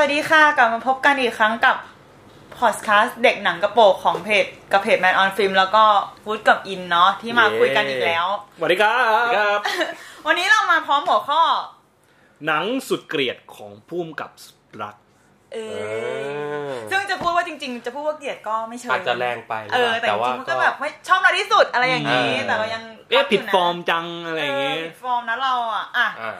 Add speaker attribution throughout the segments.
Speaker 1: วัสดีค่ะ กลับมาพบกันอีกครั้งกับพอดแคสต์เด็กหนังกระโปรงของเพจกับเพจแมนออนฟิล์มแล้วก็วูดกับอินเนาะที่มาคุยกันอีกแล้ว
Speaker 2: สวัสดีครับ
Speaker 1: วันนี้เรามาพร้อมหัวข้อ
Speaker 2: หนังสุดเกลียดของพุ่มกับสุดรัก
Speaker 1: เอ
Speaker 3: เอ
Speaker 1: อ
Speaker 3: อ
Speaker 1: ซึ่งจะพูดว่าจริงๆ จะพูดว่าเกลียดก็ไม่เชิง
Speaker 3: อาจจะแรงไปหรื
Speaker 1: เออ
Speaker 3: ปล่า
Speaker 1: แต่จริงๆมันก็แบบไม่ชอบเราที่สุดอะไรอย่างนี้ แต่เรายัง
Speaker 2: เอ๊ะผิด
Speaker 1: ยู่นะ
Speaker 2: ฟอร์มจังอะไรอย่าง
Speaker 1: เออ
Speaker 2: เงี้
Speaker 1: ย ผิดฟอร์มนะเราอ่ะอ่ะ
Speaker 3: อ่า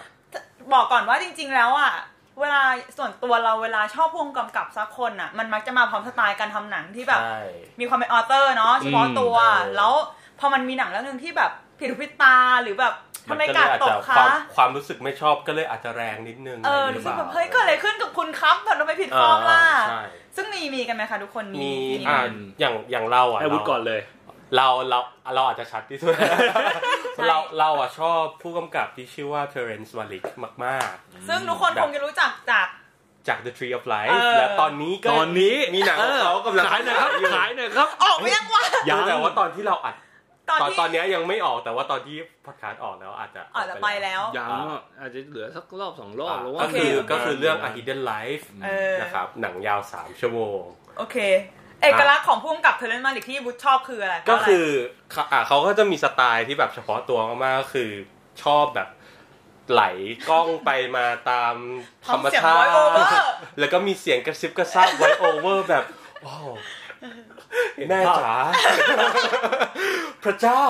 Speaker 1: บอกก่อนว่าจริง ๆ แล้วอ่ะ เวลาส่วนตัวเราเวลาชอบพวงกำกับสักคนอ่ะ มันมักจะมาพร้อมสไตล์การทำหนังที่แบบ มีความเป็นออเตอร์เนาะเฉพาะตัว
Speaker 3: อืมเออ
Speaker 1: แล้วพอมันมีหนังเรื่องหนึงที่แบบผิดหูผิดตาหรือแบบทำไม
Speaker 3: น
Speaker 1: กาด
Speaker 3: เลยอจ
Speaker 1: ตก
Speaker 3: จะวา
Speaker 1: คะ
Speaker 3: มความรู้สึกไม่ชอบก็เลยอาจจะแรงนิดนึง
Speaker 1: เออ
Speaker 3: ห
Speaker 1: รู้
Speaker 3: อ
Speaker 1: สึก
Speaker 3: ป
Speaker 1: แบ
Speaker 3: ล่า
Speaker 1: บเฮ้ยเกิดอะไรขึ้นกับคุณครับทำไมผิดฟอร์มล่ะ
Speaker 3: ใช่
Speaker 1: ซึ่งมีมีกันไหมคะทุกคนมี
Speaker 3: มี
Speaker 1: มี
Speaker 3: อ่า
Speaker 1: ไหม
Speaker 3: อย่างอย่างเราอ่ะ
Speaker 2: ให้วุฒิก่อนเลย
Speaker 3: เราเราเราเราอาจจะชัดที่ สุด เราเราอ่ะชอบผู้กำกับที่ชื่อว่าเทเรนซ์มาลิกมาก
Speaker 1: ซึ่งทุกคน
Speaker 3: แบบ
Speaker 1: คงจะรู้จักจาก
Speaker 3: ๆ จาก The Tree of
Speaker 1: เอ
Speaker 3: Life
Speaker 1: อ
Speaker 3: และตอนนี้ก็
Speaker 2: ตอนนี้
Speaker 3: มีหนังของเขากำลัง
Speaker 2: ขายหน่อยครับ ขายหน่อยครับ
Speaker 1: ออกไม่ยังวะ
Speaker 2: ยัง
Speaker 3: แต่ว่าตอนที่เราอัด
Speaker 1: ตอน
Speaker 3: ตอน
Speaker 1: ที่
Speaker 3: ตอนเนี้ยยังไม่ออกแต่ว่าตอนที่พอดแคสต์ออกแล้วอาจจะ
Speaker 1: อ๋อจะไปแล้ว
Speaker 2: ยังอาจจะเหลือสักรอบสองรอบ
Speaker 3: อ่ะ
Speaker 2: แล้วว่า
Speaker 3: ก็คือ
Speaker 1: โอเค
Speaker 3: ก็คือเรื่อง A Hidden Life
Speaker 1: เออ
Speaker 3: นะครับ หนังยาว 3 ชั่วโมง
Speaker 1: โอเค เอกลักษณ์ของพุ่มกับเทเลนมาลิกที่บุชชอบคืออะไร
Speaker 3: ก็คื
Speaker 1: เพราะะไร
Speaker 3: อเขาอ่ะเขาก็จะมีสไตล์ที่แบบเฉพาะตัวมากๆก็คือชอบแบบไหลกล้องไปมาตามธรรม
Speaker 1: ทำ
Speaker 3: ชา
Speaker 1: เสียง
Speaker 3: ติ
Speaker 1: voice over
Speaker 3: แล้วก็มีเสียงกระซิบกระซาบไวโอเวอร์แบบว้าวแม่จ๋าพระเจ้า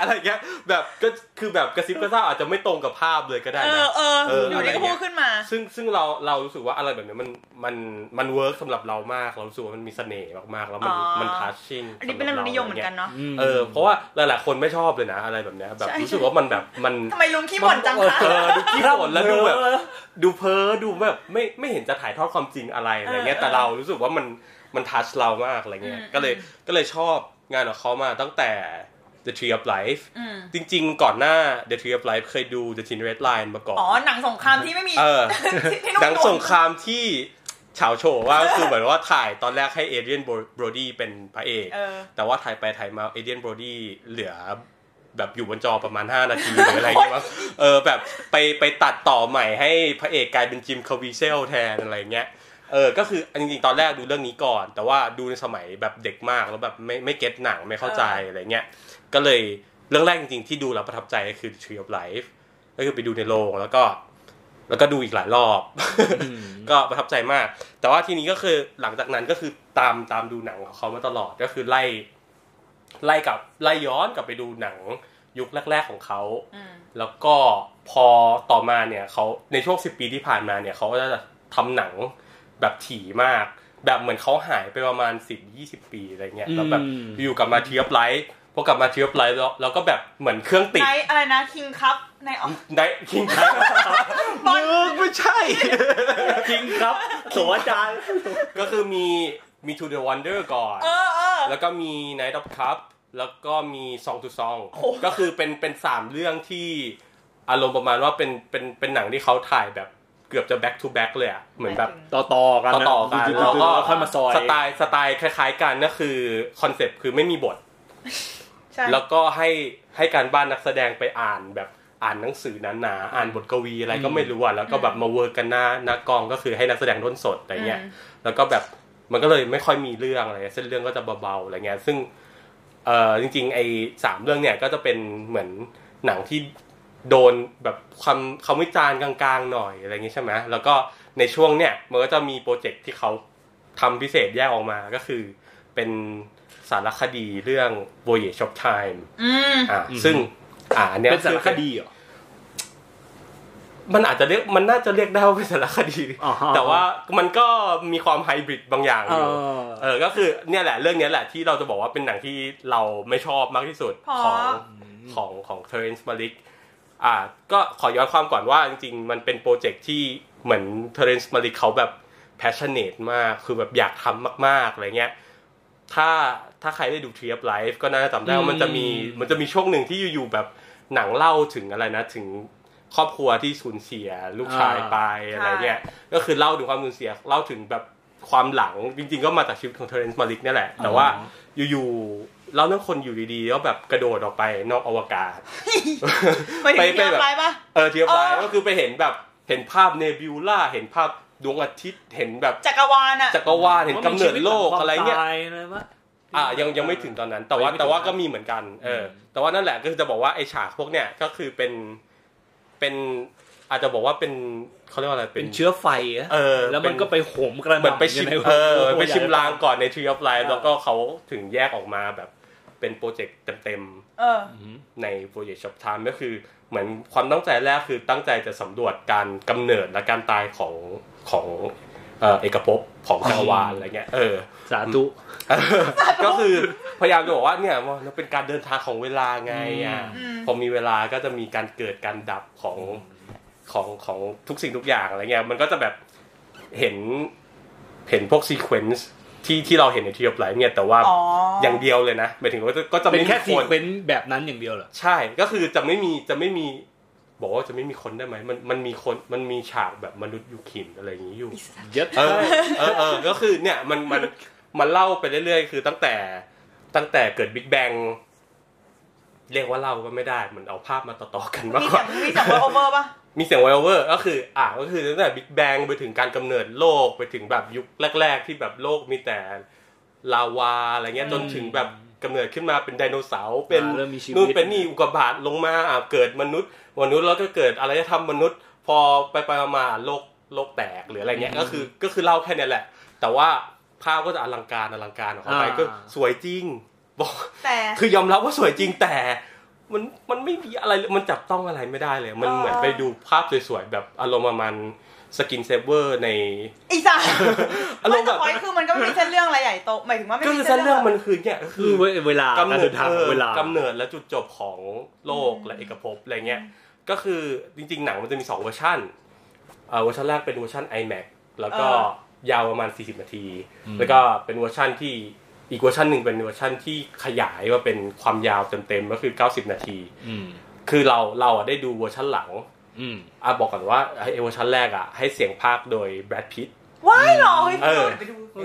Speaker 3: อะไรเงี้ยแบบก็คือแบบกระซิบกระซาบอาจจะไม่ตรงกับภาพเลยก็ได้
Speaker 1: เอ
Speaker 3: นะ
Speaker 1: อเออ
Speaker 3: เออ
Speaker 1: อ
Speaker 3: อ
Speaker 1: ดี
Speaker 3: ยู่อะไรเงี้
Speaker 1: ก็
Speaker 3: ย
Speaker 1: พูดขึ้นมา
Speaker 3: ซึ่งซึ่งเราเรารู้สึกว่าอะไรแบบเนี้ยมันมันมันเวิร์กสำหรับเรามากเรารู้สึกว่ามันมีเสน่ห์มากๆ แล้วมัน
Speaker 1: อ๋อ
Speaker 3: มันทัชชิ่ง
Speaker 1: อันนี้เป็นเรื่องนิยมเหมือนกันเนาะ
Speaker 2: ม
Speaker 3: เออเพราะว่าหลายๆคนไม่ชอบเลยนะ อะไรแบบเนี้ยแบบรู้สึกว่ามันแบบมัน
Speaker 1: ทำไมลุงขี้บ่นจังคะ
Speaker 3: เออดูขี้บ่นแล้วดูแบบ ดูเพ้อดูแบบไม่ไม่เห็นจะถ่ายทอดความจริงอะไรอะไรเงี้ย
Speaker 1: เออ
Speaker 3: แต่เรารู้สึกว่ามันมันทัชเรามากอะไรเงี้ย
Speaker 1: อืม
Speaker 3: ก็เลยก็เลยชอบงานของเขามาตั้งแต่ The Tree of Life
Speaker 1: อืม
Speaker 3: จริง ๆ ก่อนหน้า The Tree of Life เคยดู The Thin Red Line มาก่อน
Speaker 1: อ๋อหนังสงครามที่ไม่มี
Speaker 3: เออ
Speaker 1: ที่ที่นุ่
Speaker 3: หนัง
Speaker 1: ๆ
Speaker 3: สงครามที่ฉาวโฉว่า ก็คือเหมือนว่าถ่ายตอนแรกให้เอเดียนโบรดี้เป็นพระเอก
Speaker 1: เออ
Speaker 3: แต่ว่าถ่ายไปถ่ายมาเอเดียนโบรดี้เหลือแบบอยู่บนจอประมาณ 5 นาที หรืออะไรอย่างเงี้ยมั้งเออแบบไปไปตัดต่อใหม่ให้พระเอกกลายเป็นจิมคาวีเซลแทนอะไรเงี้ยเออก็คือจริงๆตอนแรกดูเรื่องนี้ก่อน แต่ว่าดูในสมัยแบบเด็กมากแล้วแบบไม่ไม่เก็ตหนังไม่เข้าใจอะไรเงี้ยก็เลยเรื่องแรกจริงๆที่ดูแล้วประทับใจก็คือ Tree of Life ก็คือไปดูในโรงแล้วก็ แล้วก็ดูอีกหลายรอบ ก็ประทับใจมาก แต่ว่าทีนี้ก็คือหลังจากนั้นก็คือตามตามดูหนังของเขามาตลอดก็คือไล่ ไล่กลับไล่ย้อนกลับไปดูหนังยุคแรก ๆของเขา
Speaker 1: อืม
Speaker 3: แล้วก็พอต่อมาเนี่ยเขาในช่วงสิปีที่ผ่านมาเนี่ยเขาก็จะทำหนังแบบถี่มาก แบบเหมือนเขาหายไปประมาณสิบยี่สิบปีอะไรเงี้ยแล้วแบบ
Speaker 2: อืม
Speaker 3: อยู่กลับมาเทียบไลท์พอกลับมาเทียบไลท์แล้วแล้วก็แบบเหมือนเครื่องติด
Speaker 1: ในอะไรนะคิงคัพในอ๋อ
Speaker 3: ในคิง คัพ
Speaker 1: บอล
Speaker 2: เออไม่ใช่ จริงครับโถอาจารย์
Speaker 3: ก็คือมีมี To the Wonder ก่อน
Speaker 1: เออเออ
Speaker 3: แล้วก็มี Night of Cup แล้วก็มี Song to Song
Speaker 1: โอ้โห
Speaker 3: ก็คือเป็นเป็นสามเรื่องที่อารมณ์ประมาณว่าเป็นเป็นเป็นหนังที่เขาถ่ายแบบเกือบจะ back to back เลยอะเหมือนแบบ
Speaker 2: ต่อต่อๆกันนะ
Speaker 3: ต่อๆกัน
Speaker 2: ดูๆ
Speaker 3: แล้วก็
Speaker 2: ค่อยมาซอย
Speaker 3: สไตล์สไตล์คล้ายๆกันก็คือคอนเซปต์คือไม่มีบท
Speaker 1: ใช่
Speaker 3: แล้วก็ให้ให้การบ้านนักแสดงไปอ่านแบบอ่านหนังสือหนาๆอ่านบทกวีอะไรก็ไม่รู้อะแล้วก็แบบมาเวิร์กกันหน้าหน้ากองก็คือให้นักแสดงร่นสดอะไรเงี้ย แล้วก็แบบมันก็เลยไม่ค่อยมีเรื่องอะไรเส้นเรื่องก็จะเบาๆอะไรเงี้ยซึ่งเออจริงๆไอ้สามเรื่องเนี่ยก็จะเป็นเหมือนหนังที่โดนแบบคำคำวิจารณ์กลางๆหน่อยอะไรเงี้ยใช่ไหมแล้วก็ในช่วงเนี่ยมันก็จะมีโปรเจกต์ที่เขาทำพิเศษแยกออกมาก็คือเป็นสารคดีเรื่อง Voyage of Time
Speaker 1: อื ม
Speaker 3: อ่า
Speaker 2: อืม
Speaker 3: ซึ่งอ่าเนี่ย
Speaker 2: เป็นสารคดีเหรอ
Speaker 3: มันอาจจะเรียกมันน่าจะเรียกได้ว่าเป็นสารคดี
Speaker 2: อ๋อฮะ
Speaker 3: แต่ว่ามันก็มีความไฮบริดบางอย่าง
Speaker 2: เอ
Speaker 3: อยู่
Speaker 2: อ
Speaker 3: เออ ก็คือเนี่ยแหละเรื่องเนี้ยแหละที่เราจะบอกว่าเป็นหนังที่เราไม่ชอบมากที่สุด
Speaker 1: เพราะ
Speaker 3: ของของของเทเรนซ์มาลิกอ่า ก็ขอย้อนความก่อนว่าจริงๆ มันเป็นโปรเจกต์ที่เหมือนเทเรนซ์มาลิกเขาแบบ passionate มาก คือแบบอยากทำมาก ๆ อะไรเงี้ย ถ้าถ้าใครได้ดูทริปไลฟ์ก็น่าจะจำได้ว่ามันจะมี
Speaker 2: อืม
Speaker 3: มันจะมีช่วงหนึ่งที่อยู่ๆแบบหนังเล่าถึงอะไรนะ ถึงครอบครัวที่สูญเสียลูกชายไป ไปอะไรเงี้ยก็คือเล่าถึงความสูญเสียเล่าถึงแบบความหลังจริง ๆ ก็มาจากชีวิตของเทเรนซ์มาลิกเนี่ยแหละ แต่ว่าอยู่ๆเล่าเรื่องคนอยู่ดีๆก็แบบกระโดดออกไปนอกอวกาศ
Speaker 1: ไปถึง
Speaker 3: ไป
Speaker 1: ที่
Speaker 3: แบบ
Speaker 1: ทำไรปะ
Speaker 3: เออเทียบไล
Speaker 1: เออ
Speaker 3: ก็คือไปเห็นแบบเห็นภาพเนบิวล่าเห็นภาพ ดวงอาทิตย์เห็นแบบ
Speaker 1: จักรวาลอะ
Speaker 3: จักรวาลเห็นกำเนิดโลกอะไรเงี้ย
Speaker 2: ตายนะวะ
Speaker 3: อ่ายังยังไม่ถึงตอนนั้น แต่ว่า
Speaker 2: ยังไม่ถึง
Speaker 3: แต่ว่าก็มีเหมือนกันเอออ
Speaker 2: ม
Speaker 3: แต่ว่านั่นแหละก็คือจะบอกว่าไอฉากพวกเนี้ยก็คือเป็นเป็นอาจจะบอกว่าเป็นเขาเรียกว่าอะไร
Speaker 2: เป็นเชื้อไฟอะ
Speaker 3: เออ
Speaker 2: แล้วมัน
Speaker 3: เป็
Speaker 2: ก็ไปโหมกระห
Speaker 3: เหมือน
Speaker 2: น่ำ
Speaker 3: ไปชิม
Speaker 2: ยู่ใน
Speaker 3: เออ
Speaker 2: โโห
Speaker 3: ไปชิม
Speaker 2: ใหญ่
Speaker 3: ลางก่อนใน Tree of Life
Speaker 2: อ่า
Speaker 3: แล้วก็เขาถึงแยกออกมาแบบเป็นโปรเจกต์เต็ม
Speaker 1: เออ
Speaker 3: ๆในโปรเจกต์ช็อปไทม์ก็คือเหมือนความตั้งใจแรกคือตั้งใจจะสำรวจการกำเนิดและการตายของของเอ่อเอกภพของจักรวาลอะไรเงี้ยเออ
Speaker 2: สาธุ
Speaker 3: ก็คือพยายามจะบอกว่าเนี่ยมันเป็นการเดินทางของเวลาไงอ่ะ
Speaker 1: อืม
Speaker 3: พอมีเวลาก็จะมีการเกิดการดับของของของทุกสิ่งทุกอย่างอะไรเงี้ยมันก็จะแบบเห็นเห็นพวกซีเควนซ์ที่ที่เราเห็นในทีออฟไลเนี่ยแต่ว่า
Speaker 1: อ๋ออ
Speaker 3: อย่างเดียวเลยนะหมายถึงว่าจะก็จะ
Speaker 2: เป็น
Speaker 3: ไม่มี
Speaker 2: แค่ซี
Speaker 3: คน
Speaker 2: เควนต์แบบนั้นอย่างเดียวเหรอ
Speaker 3: ใช่ก็คือจะไม่มีจะไม่มีบอกว่าจะไม่มีคนได้ไหมมันมันมีคนมันมีฉากแบบมนุษย์ยุคหินอะไรอย่างนี้อยู่
Speaker 2: เยอะ
Speaker 3: เออเออเออก็คือเนี่ยมันมันมันเล่าไปเรื่อยๆ คือตั้งแต่ตั้งแต่เกิดบิ๊กแบงเรียกว่าเล่าก็ไม่ได้เหมือนเอาภาพมาต่อๆกันมาก
Speaker 1: มี
Speaker 3: ก
Speaker 1: เสีย
Speaker 3: ว่าง
Speaker 1: มีเสียงเวอร์โอเวอร์ปะ
Speaker 3: มีเสียงไวโอเวอร์ก็คือ อ่ะก็คือตั้งแต่บิ๊กแบงไปถึงการกำเนิดโลกไปถึงแบบยุคแรก ๆ ที่แบบโลกมีแต่ลาวาอะไรเงี้ยจนถึงแบบกำเนิดขึ้นมาเป็นไดโนเสาร์เป็น
Speaker 2: เริ่มมีชีวิต
Speaker 3: นู่นเป็นนี่อุกกาบาตลงมาอ่ะเกิดมนุษย์มนุษย์แล้วก็เกิดอารยธรรมมนุษย์ พอไปไปมามาโลกโลกแตกหรืออะไรเงี้ยก็คือก็คือเล่าแค่เนี้ยแหละ แต่ว่าภาพก็จะอลังการอลังการของเขาไปก็สวยจริงบอก
Speaker 1: แต่
Speaker 3: คือยอมรับว่าสวยจริงแต่ มันมันไม่มีอะไรเลยมันจับต้องอะไรไม่ได้เลย มันเหมือนไปดูภาพสวยๆแบบอารมณ์ประมาณสกินเซเวอร์ใน
Speaker 1: อีสาน
Speaker 3: อาร
Speaker 1: ไม่
Speaker 3: มณ์
Speaker 1: แต่
Speaker 3: แบบ
Speaker 1: พอยคือมันก็ไม่มีเส้นเรื่องอะไรใหญ่โตหมายถึงว่าไม่
Speaker 3: ก็
Speaker 1: มี
Speaker 3: คือ
Speaker 1: เส้
Speaker 3: เส้
Speaker 1: น
Speaker 3: น
Speaker 1: เรื่
Speaker 3: เรื่
Speaker 1: อ
Speaker 3: อง งมันคือเนี่ยก็คื
Speaker 2: คือ อเวลาก
Speaker 3: ำ
Speaker 2: การ
Speaker 3: เนิ
Speaker 2: เดิ
Speaker 3: ด
Speaker 2: นทาง
Speaker 3: เอ
Speaker 2: ของ
Speaker 3: อ
Speaker 2: เวลาก
Speaker 3: ำเนิดและจุดจบของโลกและเอกภพอะไรเงี้ยก็คือจริงๆ หนังมันจะมี 2 เวอร์ชันเอ่อเวอร์ชันแรกเป็นเวอร์ชัน iMac แล้วก็ยาวประมาณ 40 นาที แล้วก็เป็นเวอร์ชันที่อีกเวอร์ชันหนึ่งเป็นเวอร์ชันที่ขยายว่าเป็นความยาวเต็มๆก็คือ 90 นาที
Speaker 2: อืม
Speaker 3: คือเราเราอะได้ดูเวอร์ชันหลัง
Speaker 2: อืม
Speaker 3: อ่ะบอกก่อนว่าไอเวอร์ชันแรกอ่ะให้เสียงภาคโดยแบรดพิต
Speaker 1: ว้ายเหรอเฮ้ย
Speaker 3: เออ
Speaker 1: ไปดู
Speaker 3: เว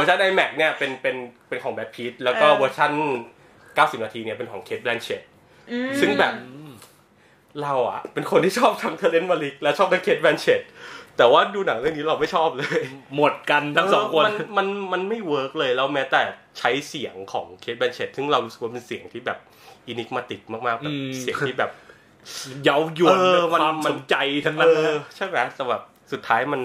Speaker 3: อร์ชัน iMac เนี่ยเป็นเป็นเป็นของแบรดพิตแล้วก็
Speaker 1: เออ
Speaker 3: เวอร์ชัน90 นาทีเนี่ยเป็นของเคทแบนเชต
Speaker 1: อืม
Speaker 3: ซึ่งแบบเราอะเป็นคนที่ชอบทั้งเทเลนมาลิกและชอบทั้งเคทแบนเชตแต่ว่าดูหนังเรื่องนี้เราไม่ชอบเลย
Speaker 2: หมดกันทั้งสองคน
Speaker 3: มันมันมันไม่เวิร์กเลยแล้วแม้แต่ใช้เสียงของเคทแบนเชตซึ่งเรารู้สึกว่าเป็นเสียงที่แบบอินิกมาติกมากๆแบ
Speaker 2: อื
Speaker 3: บ
Speaker 2: ม
Speaker 3: เสียงที่แบบ
Speaker 2: เย้ายวน
Speaker 3: เออ
Speaker 2: ด้วยความส
Speaker 3: มัน
Speaker 2: นใจทั้ง
Speaker 3: เอ
Speaker 2: นั้น
Speaker 3: อใช่ไหมแต่แบบสุดท้ายมัน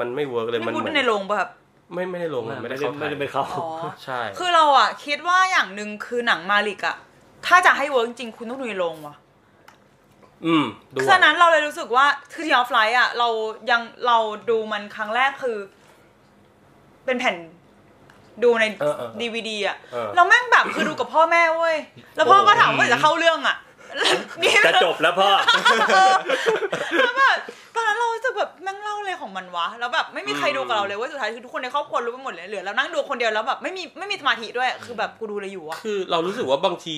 Speaker 3: มันไม่เวิร์กเลยมัน
Speaker 1: ไม่
Speaker 3: เห
Speaker 1: พูด
Speaker 3: มือน
Speaker 1: ในโรงป่ะครับ
Speaker 3: ไม่ไม่ได้ลงอะ
Speaker 2: ไม่
Speaker 3: ไม่
Speaker 2: ได้
Speaker 3: ได้เข้า
Speaker 2: ไม่ได้
Speaker 3: ไท
Speaker 2: เป็น
Speaker 3: ย
Speaker 2: เขา
Speaker 1: อ๋อ
Speaker 3: ใช่
Speaker 1: คือเราอะคิดว่าอย่างหนึ่งคือหนังมาลิกอะถ้าจะให้เวิร์กจริงคุณต้องดูในโรงว่ะ
Speaker 3: อืมดู
Speaker 1: ฉะนั้นเราเลยรู้สึกว่าคือทีออฟไลท์อะเรายังเราดูมันครั้งแรกคือ เป็นแผ่นดูใน
Speaker 3: เออเออ
Speaker 1: ดีวดีอะ
Speaker 3: เออ
Speaker 1: เราแม่งแบบคือดูกับพ่อแม่เว้ย แล้วพ่อก็ถามว่าจะเข้าเรื่องอะ นี่
Speaker 2: จะจบแล้วพ่อ
Speaker 1: แล้วแบบตอนนั้นเรารู้สึกแบบแม่งเล่าอะไรของมันวะแล้วแบบไม่มีใครดูกับเราเลยเว่าสุดท้ายคือทุกคนในครอบครัวรู้ไปหมดเลยเหลือเรานั่งดูคนเดียวแล้วแบบไม่มีไม่มีสมาธิด้วย คือแบบกูดูอะไรอยู่วะ
Speaker 3: คือเรารู้สึกว่าบางที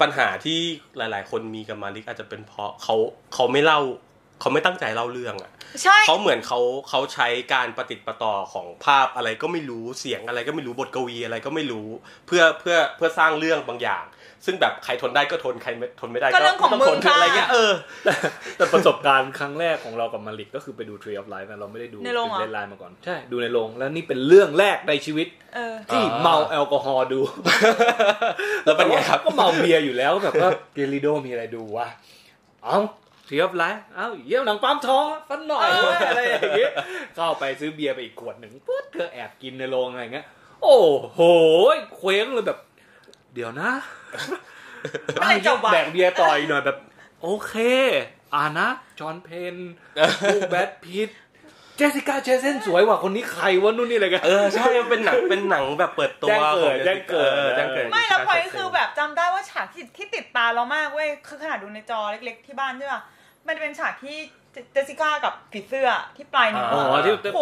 Speaker 3: ปัญหาที่หลาย ๆ คนมีกับมาลิกอาจจะเป็นเพราะเขาเขาไม่เล่าเขาไม่ตั้งใจเล่าเรื่องอ่ะ
Speaker 1: ใช่
Speaker 3: เขาเหมือนเขาเขาใช้การประติดประต่อของภาพอะไรก็ไม่รู้เสียงอะไรก็ไม่รู้บทกวีอะไรก็ไม่รู้เพื่อเพื่อเพื่อสร้างเรื่องบางอย่าง ซึ่งแบบใครทนได้ก็ทนใครไม่ทนไม่ได้
Speaker 1: ก็เรื่องของ
Speaker 3: ต้ท
Speaker 1: มึ
Speaker 3: น
Speaker 1: งค่ะ
Speaker 3: อะไรเงี้ยเออ
Speaker 2: แต่ประสบการณ์ครั้งแรกของเรากับมาริกก็คือไปดู Tree of Life นะเราไม่ได้ดู
Speaker 1: ในโรงเหรอ
Speaker 2: เล่นไลน์มาก่อน ใช่ ดูในโรงแล้วนี่เป็นเรื่องแรกในชีวิต
Speaker 1: เออ
Speaker 2: ที่
Speaker 3: อ่า
Speaker 2: เมาแอลกอฮอล์ดู
Speaker 3: แล้วเป็นไงครับ
Speaker 2: ก็เมาเบียร์อยู่แล้วแบบว่าเดลิโดมีอะไรดูวะเอ้าเทียบไรเอ้าเยี่ยมหนังปั๊มท้องฟันหน่อยเว้ยอะไรอย่างเงี้ยเข้าไปซื้อเบียร์ไปอีกขวดหนึ่งปุ๊บเธอแอบกินในโรงอะไรอย่างเงี้ย โอ้โหเคว้งเลยแบบ เดี๋ยว นะ
Speaker 1: เมื่อไหร่จะวะ
Speaker 2: แบกเบียร์ต่ออีกหน่อยแบบ โอเค อ่านะจอห์นเพ นลูกแบทพิทเจสสิก้าเจสันสวยว่ะคนนี้ใครวะนู่นนี่อะไรกัน
Speaker 3: เออใช่มันเป็นหนังเป็นหนังแบบเปิดตัว
Speaker 2: แจ้งเกิด
Speaker 3: ของ
Speaker 2: แจ้งเกิด
Speaker 3: ออแจ้งเกิด
Speaker 1: ไม่แล้วพอยคือแบบจำได้ว่าฉากที่ที่ติดตาเรามากเว้ยคือขนาดดูในจอเล็กๆที่บ้านใช่ป่ะมันเป็นฉากที่เจเจสสิก้ากับผีเสื้อที่ปลายนิ้ว
Speaker 2: อ๋อ
Speaker 3: อ่า
Speaker 2: ที่
Speaker 1: โอ้โห